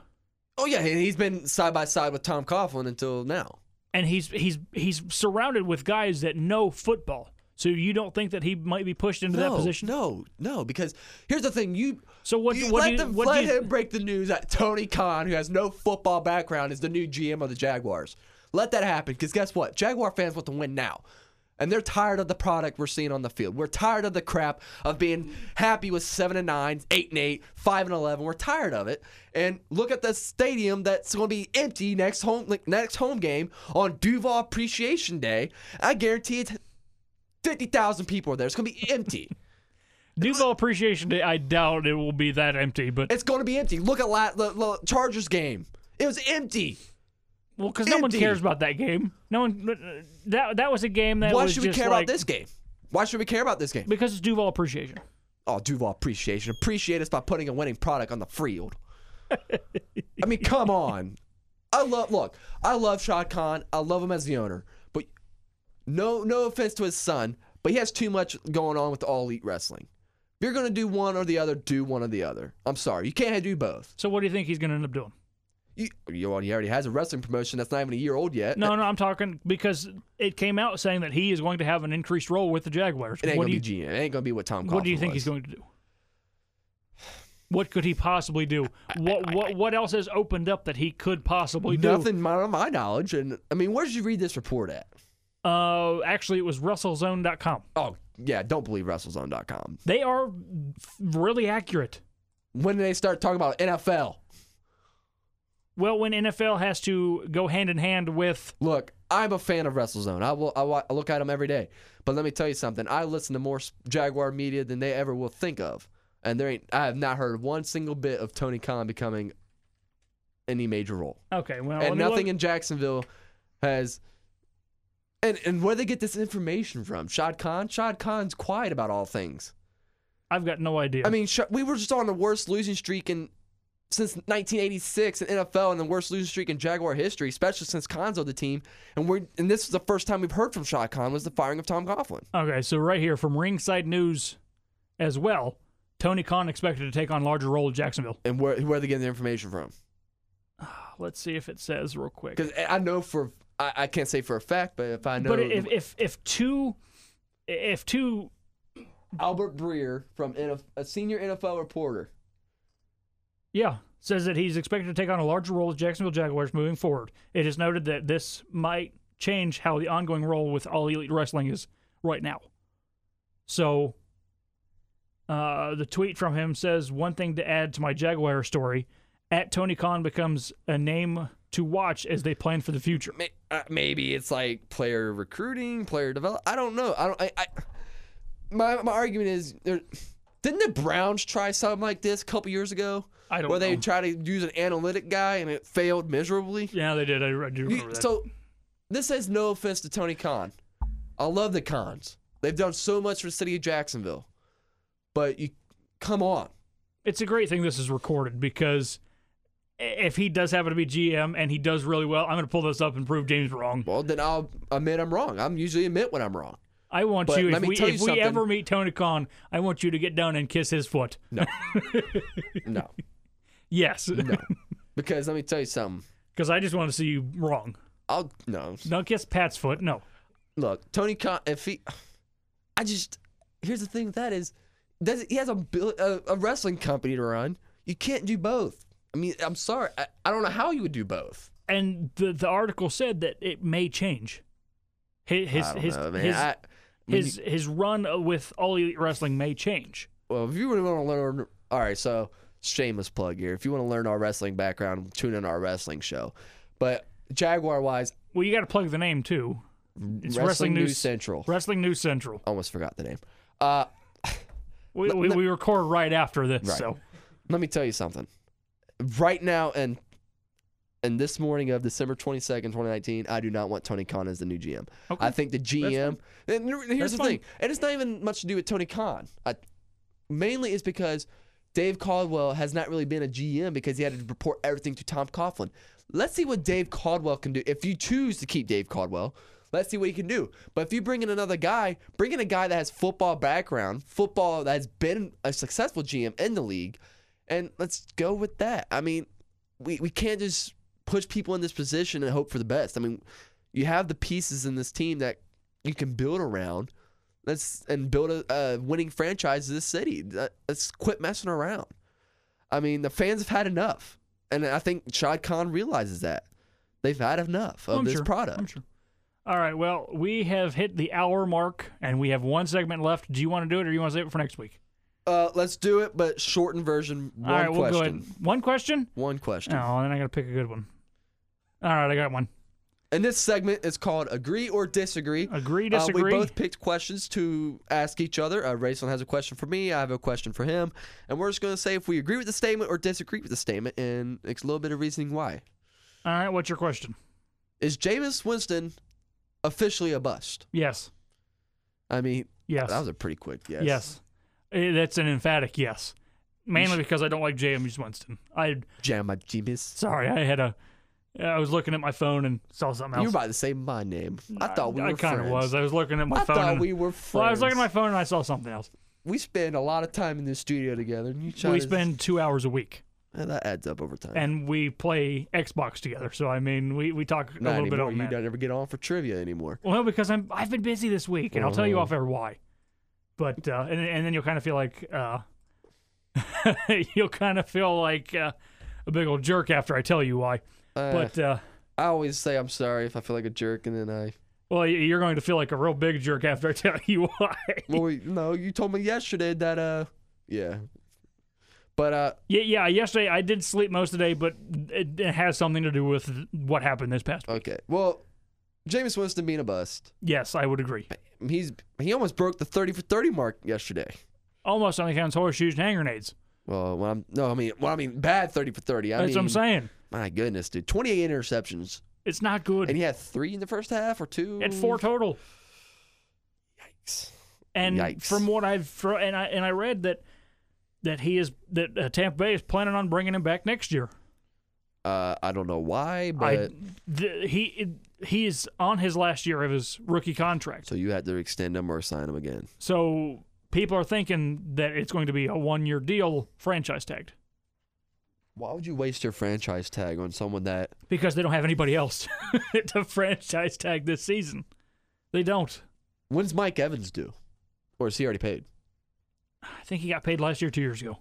Oh yeah, and he's been side by side with Tom Coughlin until now. and he's he's he's surrounded with guys that know football. So you don't think that he might be pushed into that position? no, no. Because here's the thing: you So what- you what let do you- them what do let you- him break the news that Tony Khan, who has no football background, is the new GM of the Jaguars. Let that happen, because guess what? Jaguar fans want to win now. And they're tired of the product we're seeing on the field. We're tired of the crap of being happy with seven and nine, eight and eight, five and eleven. We're tired of it. And look at the stadium that's going to be empty next home like, next home game on Duval Appreciation Day. I guarantee it's fifty thousand people are there. It's going to be empty. Duval Appreciation Day. I doubt it will be that empty, but It's going to be empty. Look at la- the, the Chargers game. It was empty. well, because no one empty. cares about that game. No one uh, that that was a game that Why was should we just care like- about this game? Why should we care about this game? Because it's Duval Appreciation. Oh, Duval appreciation. Appreciate us by putting a winning product on [laughs] the field. I mean, come on. I love look. I love Shad Khan. I love him as the owner. But no, no offense to his son, but he has too much going on with all elite wrestling. If you're gonna do one or the other, do one or the other. I'm sorry, you can't do both. So what do you think he's going to end up doing? You, you well, he already has a wrestling promotion that's not even a year old yet. No, no, I'm talking because it came out saying that he is going to have an increased role with the Jaguars. It ain't What do gonna you be GM. It ain't gonna be what Tom. what do you Coughlin think was. he's going to do? What could he possibly do? What what what else has opened up that he could possibly do? Nothing, my, my knowledge. And I mean, where did you read this report at? Uh, actually, it was WrestleZone.com. Oh, yeah, don't believe WrestleZone.com. They are really accurate. When did they start talking about NFL? Well, when NFL has to go hand in hand with Look, I'm a fan of WrestleZone. I will. I, wa- I look at them every day. But let me tell you something. I listen to more s- Jaguar media than they ever will think of, and there ain't. I have not heard one single bit of Tony Khan becoming any major role. okay, well, let and me nothing look- in Jacksonville has. And and where they get this information from? Shad Khan. Shad Khan's quiet about all things. I've got no idea. I mean, sh- we were just on the worst losing streak in since 1986 in NFL and the worst losing streak in Jaguar history, especially since Conzo the team. And we are and this is the first time we've heard from Shot Khan was the firing of Tom Coughlin. Okay, so right here from Ringside News as well, Tony Khan expected to take on larger role at Jacksonville. And where where are they getting their information from? Let's see if it says real quick. Because I know for I, I can't say for a fact, but if I know But if if if two if two Albert Breer from NF, a senior NFL reporter, yeah, says that he's expected to take on a larger role at Jacksonville Jaguars moving forward. It is noted that this might change how the ongoing role with all elite wrestling is right now. So uh, the tweet from him says one thing to add to my Jaguar story. At Tony Khan becomes a name to watch as they plan for the future. may, uh, maybe it's like player recruiting, player develop. I don't know. I don't. I. I my my argument is there. Didn't the Browns try something like this a couple years ago? I don't Where they know. tried to use an analytic guy and it failed miserably. Yeah, they did. I, I do You- remember that. so this is no offense to Tony Khan. I love the Cons. They've done so much for the city of Jacksonville, but you come on. it's a great thing this is recorded because i- if he does happen to be GM and he does really well, I'm going to pull this up and prove James wrong. Well, then I'll admit I'm wrong. I'm usually admit when I'm wrong. I want But you. let If me we tell you if we something. ever meet Tony Khan, I want you to get down and kiss his foot. [laughs] No, Yes, [laughs] because let me tell you something. because I just want to see you wrong. I'll no. Don't kiss Pat's foot. No. look, Tony Khan, if he, I just here's the thing with that is, does he has a bill- a, a wrestling company to run? You can't do both. I mean, I'm sorry, I, I don't know how you would do both. And the the article said that it may change. His his I don't his know, man. his, I- when his, his run with all elite wrestling may change. well, if you really want to learn, all right, so shameless plug here. If you want to learn our wrestling background, tune in our wrestling show. But Jaguar wise, Well, you got to plug the name too. Wrestling, Wrestling News, News- Central. Wrestling News Central. Almost forgot the name. Uh, We, we, we record right after this, Right. so let me tell you something. Right now and and this morning of December twenty second, twenty nineteen, I do not want Tony Khan as the new GM. Okay. I think the GM. And here's That's the fine. thing, and it's not even much to do with Tony Khan. I, mainly is because Dave Caldwell has not really been a GM because he had to report everything to Tom Coughlin. Let's see what Dave Caldwell can do. If you choose to keep Dave Caldwell, let's see what he can do. But if you bring in another guy, bring in a guy that has football background, football that has been a successful GM in the league, and let's go with that. I mean, we, we can't just push people in this position and hope for the best. I mean, you have the pieces in this team that you can build around. Let's and build a, a winning franchise in this city. That- Let's quit messing around. I mean, the fans have had enough, and I think Shad Khan realizes that they've had enough of Oh, I'm this sure. product. I'm sure. All right. Well, we have hit the hour mark, and we have one segment left. Do you want to do it, or you want to save it for next week? Uh, let's do it, but shortened version. One All right, we'll question. go ahead. One question. One question. Oh, then I got to pick a good one. All right, I got one. And this segment is called Agree or Disagree. Agree, Uh, we disagree. both picked questions to ask each other. Uh, Rayson has a question for me. I have a question for him. And we're just going to say if we agree with the statement or disagree with the statement and it's a little bit of reasoning why. All right, what's your question? Is Jameis Winston officially a bust? Yes. I mean, Yes. that was a pretty quick yes. Yes. Eh, That's an emphatic yes. Mainly because I don't like James Winston. I Jam my Jameis. sorry, I had a I was looking at my phone and saw something You were else. about to say my name. I thought we I, were kind of friends. was. I was looking at my I phone. thought and- we were friends. well, I was looking at my phone and I saw something else. We spend a lot of time in the studio together. And you try we to- spend 2 hours a week Uh, that adds up over time. and we play Xbox together. So I mean, we we talk a Not little bit anymore. on You that. don't ever get on for trivia anymore. Well, because I'm I've been busy this week, and I'll tell you Oh. off air why. But uh, and and then you'll kind of feel like uh, [laughs] you'll kind of feel like uh, a big old jerk after I tell you why. Uh, But uh, I always say I'm sorry if I feel like a jerk, and then I. well, y- you're going to feel like a real big jerk after I [laughs] tell you why. Well, we- no, you told me yesterday that uh, yeah, but uh, yeah, yeah. Yesterday I did sleep most of the day, but it, it has something to do with what happened this past. week. okay. Well, Jameis Winston being a bust. Yes, I would agree. He's he almost broke the thirty for thirty mark yesterday. Almost on the counts horseshoes and hand grenades. Well, when I'm, no, I mean, well, I mean, bad thirty for thirty. I That's mean, what I'm saying. my goodness, dude, twenty eight interceptions, It's not good. and he had three in the first half or two. At four total. Yikes. And Yikes. from what I've fro- and I and I read that that he is that uh, Tampa Bay is planning on bringing him back next year. Uh, I don't know why, but I the, he he is on his last year of his rookie contract, so you had to extend him or sign him again. so people are thinking that it's going to be a one year deal, franchise tagged, Why would you waste your franchise tag on someone that because they don't have anybody else [laughs] to franchise tag this season. They don't. When's Mike Evans due? Or is he already paid? I think he got paid last year, two years ago.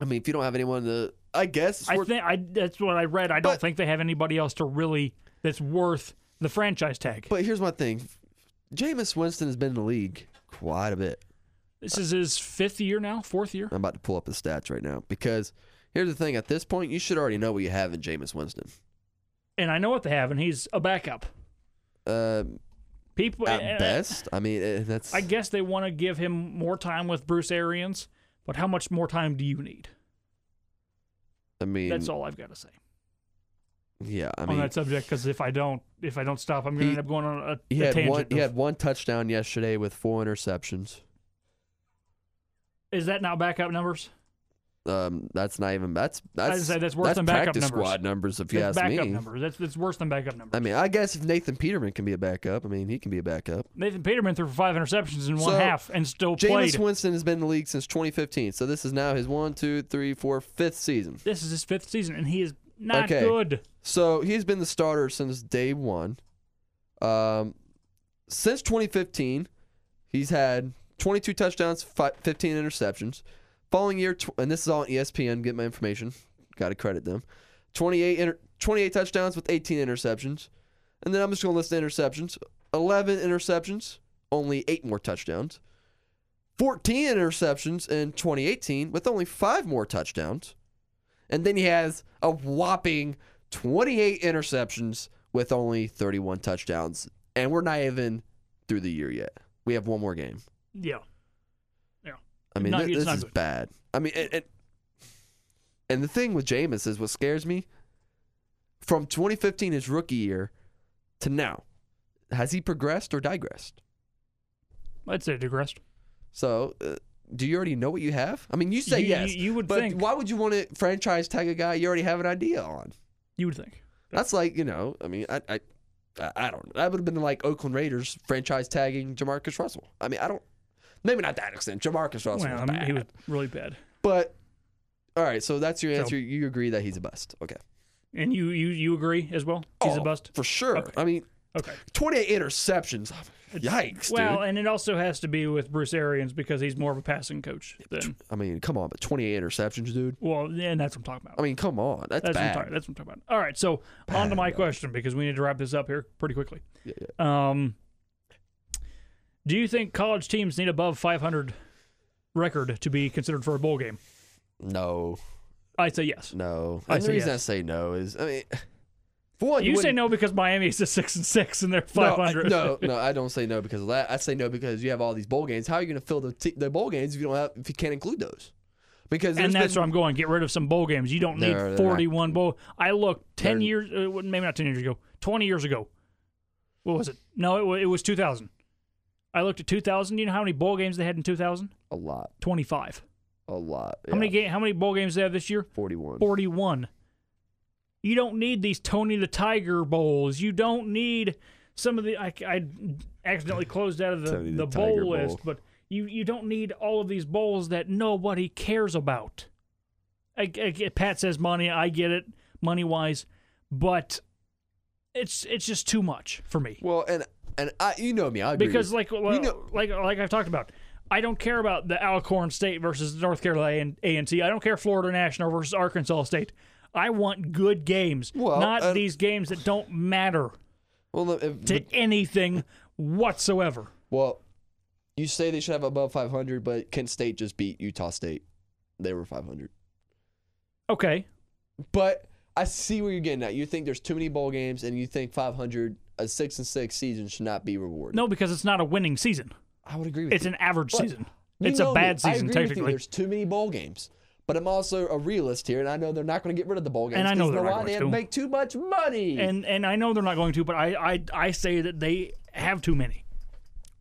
I mean, if you don't have anyone to, I guess it's I worth- think I that's what I read. I don't But- think they have anybody else to really that's worth the franchise tag. But here's my thing: Jameis Winston has been in the league quite a bit. This is his fifth year now, fourth year. I'm about to pull up the stats right now because here's the thing: at this point, you should already know what you have in Jameis Winston. And I know what they have, and he's a backup. Uh, People at uh, best, I mean, eh, that's I guess they want to give him more time with Bruce Arians, but how much more time do you need? I mean, That's all I've got to say yeah, I on mean, that subject. Because if I don't, if I don't stop, I'm going He- to end up going on a, he a had tangent. one. He of- had one touchdown yesterday with four interceptions. Is that not backup numbers? Um, that's not even that's that's say that's worse that's than backup practice numbers. squad numbers if you that's ask me. backup numbers. That's that's worse than backup numbers. I mean, I guess if Nathan Peterman can be a backup, I mean, he can be a backup. Nathan Peterman threw for five interceptions in one So, half and still played. Jameis Winston has been in the league since 2015, so this is now his one, two, three, four, fifth season. this is his fifth season, and he is not Okay. good. So he's been the starter since day one. Um, since 2015, he's had 22 touchdowns, fi- 15 interceptions. Following year, tw- and this is all on E ESPN, get my information. Got to credit them. 28, inter- 28 touchdowns with 18 interceptions. And then I'm just going to list the interceptions 11 interceptions, only eight more touchdowns. 14 interceptions in 2018 with only five more touchdowns. And then he has a whopping 28 interceptions with only 31 touchdowns. And we're not even through the year yet. We have one more game. Yeah. I mean, Not- thi- it's this not is good. bad. I mean, it, it, and the thing with Jameis is what scares me from 2015, his rookie year, to now, has he progressed or digressed? I'd say digressed. So, uh, do you already know what you have? I mean, you say You- yes, you- you would but think. why would you want to franchise tag a guy you already have an idea on? You would think. That's like you know, I mean, I, I, I- I don't. know. That would have been like Oakland Raiders franchise tagging Jamarcus Russell. I mean, I don't. Maybe not that extent. Jamarcus Russell, Well, was I mean, he bad. was really bad. but all right. So that's your So- answer. you agree that he's a bust? Okay, And you you you agree as well? He's Oh, a bust. for sure. I mean, Okay. twenty-eight interceptions. Yikes, Well, dude. and it also has to be with Bruce Arians because he's more of a passing coach than I mean, come on, but twenty-eight interceptions, dude. well, and that's what I'm talking about. I mean, come on. That's That's, what, I'm bad. talking, that's what I'm talking about. All right, so on to my question because we need to wrap this up here pretty quickly. Yeah, yeah. Um, do you think college teams need above 500 record to be considered for a bowl game? No. I'd say yes. No. I And the say reason I yes. say no is, I mean, for one, You, say wouldn't- no because Miami is a six and six and they're No, I- 500. [laughs] No, no, I don't say no because of that. I say no because you have all these bowl games. How are you going to fill the, t- the bowl games if you don't have if you can't include those? Because and there's that's been, where I'm going. Get rid of some bowl games. You don't No, need they're not. 41 bowl. I looked 10 They're- years, uh, well, maybe not 10 years ago, 20 years ago. What was it? No, it, wa- it was 2000. I looked at 2000. You know how many bowl games they had in 2000? a lot, 25. a lot. How many ga- How many bowl games they have this year? Forty-one. 41. You don't need these Tony the Tiger bowls. You don't need some of the. I, I accidentally closed out of the, Tony the, the bowl, Tiger Bowl. list, but you, you don't need all of these bowls that nobody cares about. I, I get- Pat says money. I get it, money wise, but it's it's just too much for me Well, and and I, you know me, I agree because with- like well, you know- like like I've talked about, I don't care about the Alcorn State versus North Carolina and A and T. I don't care Florida National versus Arkansas State. I want good games, Well, not and- these games that don't matter well, if, to anything whatsoever. well, you say they should have above five hundred, but Kent State just beat Utah State. They were five hundred. Okay, But I see where you're getting at. You think there's too many bowl games, and you think 500, a six and six season should not be rewarded. no, because it's not a winning season. I would agree with It's you. an average But season. You It's a know me. bad I season agree With you. technically. There's too many bowl games. But I'm also a realist here, and I know they're not going to get rid of the bowl games. And I know 'cause they're why? not going They to. make too much money. And, And and I know they're not going to, but I I, I say that they have too many.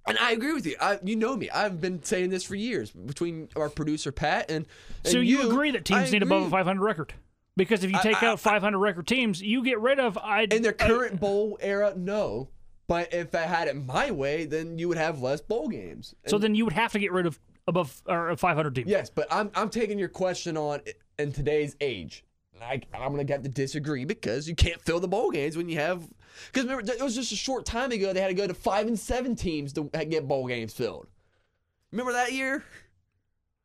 I agree with you. I, you know me. I've been saying this for years between our producer Pat and. and So you, you agree that I teams need above a agree. 500 record? Because if you take out 500 record teams, you get rid of I in their current bowl era. No, but if I had it my way, then you would have less bowl games. So then you would have to get rid of above or of 500 teams. Yes, but I'm I'm taking your question on in today's age. And I, I'm gonna get to disagree because you can't fill the bowl games when you have. Because remember, it was just a short time ago they had to go to five and seven teams to get bowl games filled. Remember that year?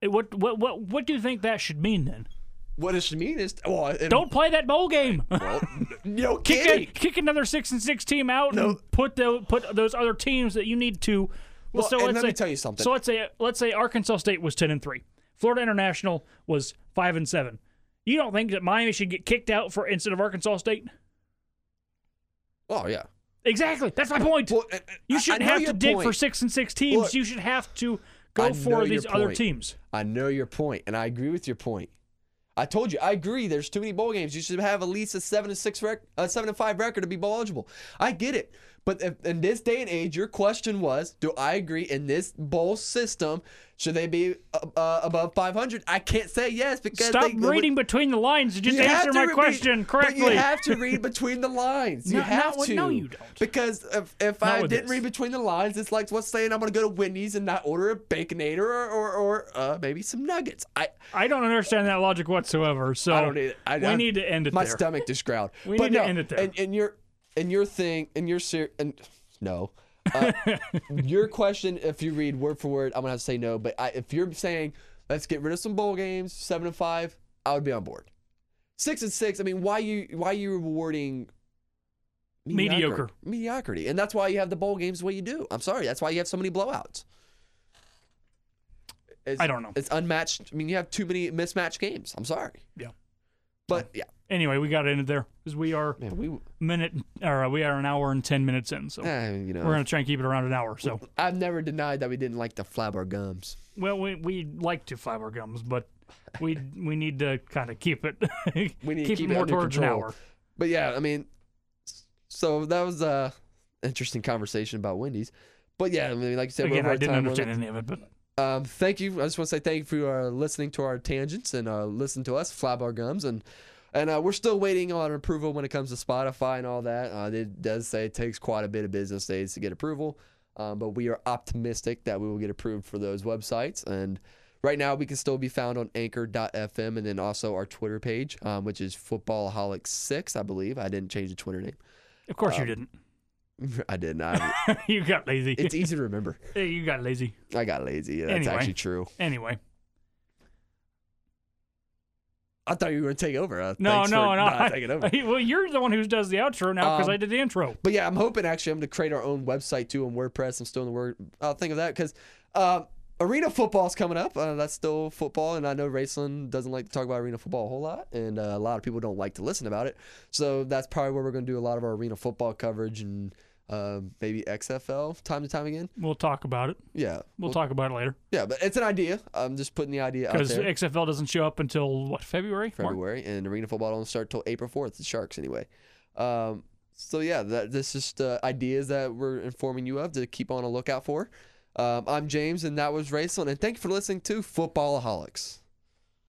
Eh, What what what what do you think that should mean then? What it should mean is well, it- Don't play that bowl game. well, [laughs] no kidding. kick, kick another six and six team out and put the put those other teams that you need to. Well, so and let's let say, me tell you something. So let's say let's say Arkansas State was ten and three. Florida International was five and seven. You don't think that Miami should get kicked out for instead of Arkansas State? Oh yeah. Exactly. That's my point. Well, and- and I- you I shouldn't know have to your dig for point. six and six teams. Look, you should have to go I know for these your other point. teams. I know your point, and I agree with your point. I told you, I agree. There's too many bowl games. You should have at least a seven to six rec- a seven to five record to be bowl eligible. I get it, but if, in this day and age, your question was, do I agree in this bowl system? Should they be uh, uh, above 500? I can't say yes because Stop they- they would- reading between the lines and just you have answer to my read- question correctly. But you have [laughs] to read between the lines. You No, have no, to. no, you don't. Because if, if Not I with didn't this. read between the lines, it's like what's saying I'm going to go to Wendy's and not order a baconator or or, or uh, maybe some nuggets. I I don't understand that logic whatsoever. So I don't need. I, Oh, we I- need to end it My there. stomach just growled. [laughs] We but need to no, end it there. And, and your and your thing and your ser- and no. [laughs] Uh, your question, if you read word for word, I'm gonna have to say no. But I, if you're saying let's get rid of some bowl games, seven and five, I would be on board. Six and six. I mean, why you why you rewarding Mediocre. mediocrity? And that's why you have the bowl games the way you do. I'm sorry. That's why you have so many blowouts. It's, I don't know. It's unmatched. I mean, you have too many mismatched games. I'm sorry. Yeah. But yeah, Anyway, we got ended there because we are man, we minute or uh, we are an hour and ten minutes in, so eh, you know we're gonna try and keep it around an hour. So I've never denied that we didn't like to flab our gums. well, we we like to flab our gums, but we we need to kind of keep it [laughs] We need keep, to it keep it more under towards control. an hour. But yeah, I mean, s- so that was a interesting conversation about Wendy's. But yeah, I mean, like you said, Again, I we're over our didn't time understand any limit. of it, but Um, thank you. I just want to say thank you for uh, listening to our tangents and uh, listen to us flab our gums and and uh, we're still waiting on approval when it comes to Spotify and all that. Uh, it does say it takes quite a bit of business days to get approval, um, but we are optimistic that we will get approved for those websites. And right now, we can still be found on Anchor.fm and then also our Twitter page, um, which is Footballholic Six, I believe. I didn't change the Twitter name. of course Uh, you didn't. [laughs] [laughs] I didn't. I, you got lazy. it's e- easy to remember. Hey, [laughs] you got lazy. I got lazy. Yeah, that's Anyway. actually true. Anyway, I thought you were going to take over. Uh, no, thanks no, for no. not I- [laughs] taking over. well, you're the one who does the outro now because Um, I did the intro. But yeah, I'm hoping actually I'm going to create our own website too on WordPress. I'm still in the word. I'll think of that because um arena football's coming up. Uh, that's still football, and I know Raceland doesn't like to talk about arena football a whole lot, and uh, a lot of people don't like to listen about it. So that's probably where we're going to do a lot of our arena football coverage and uh, maybe XFL time to time again. We'll talk about it. Yeah, We'll, talk about it later yeah, but it's an idea. I'm just putting the idea out because there. XFL doesn't show up until what February. March? February, and arena football don't start till April 4th. The Sharks, anyway. Um, so yeah, that that's just uh, ideas that we're informing you of to keep on a lookout for. Um, I'm James, and that was Raceland, and thank you for listening to Footballaholics.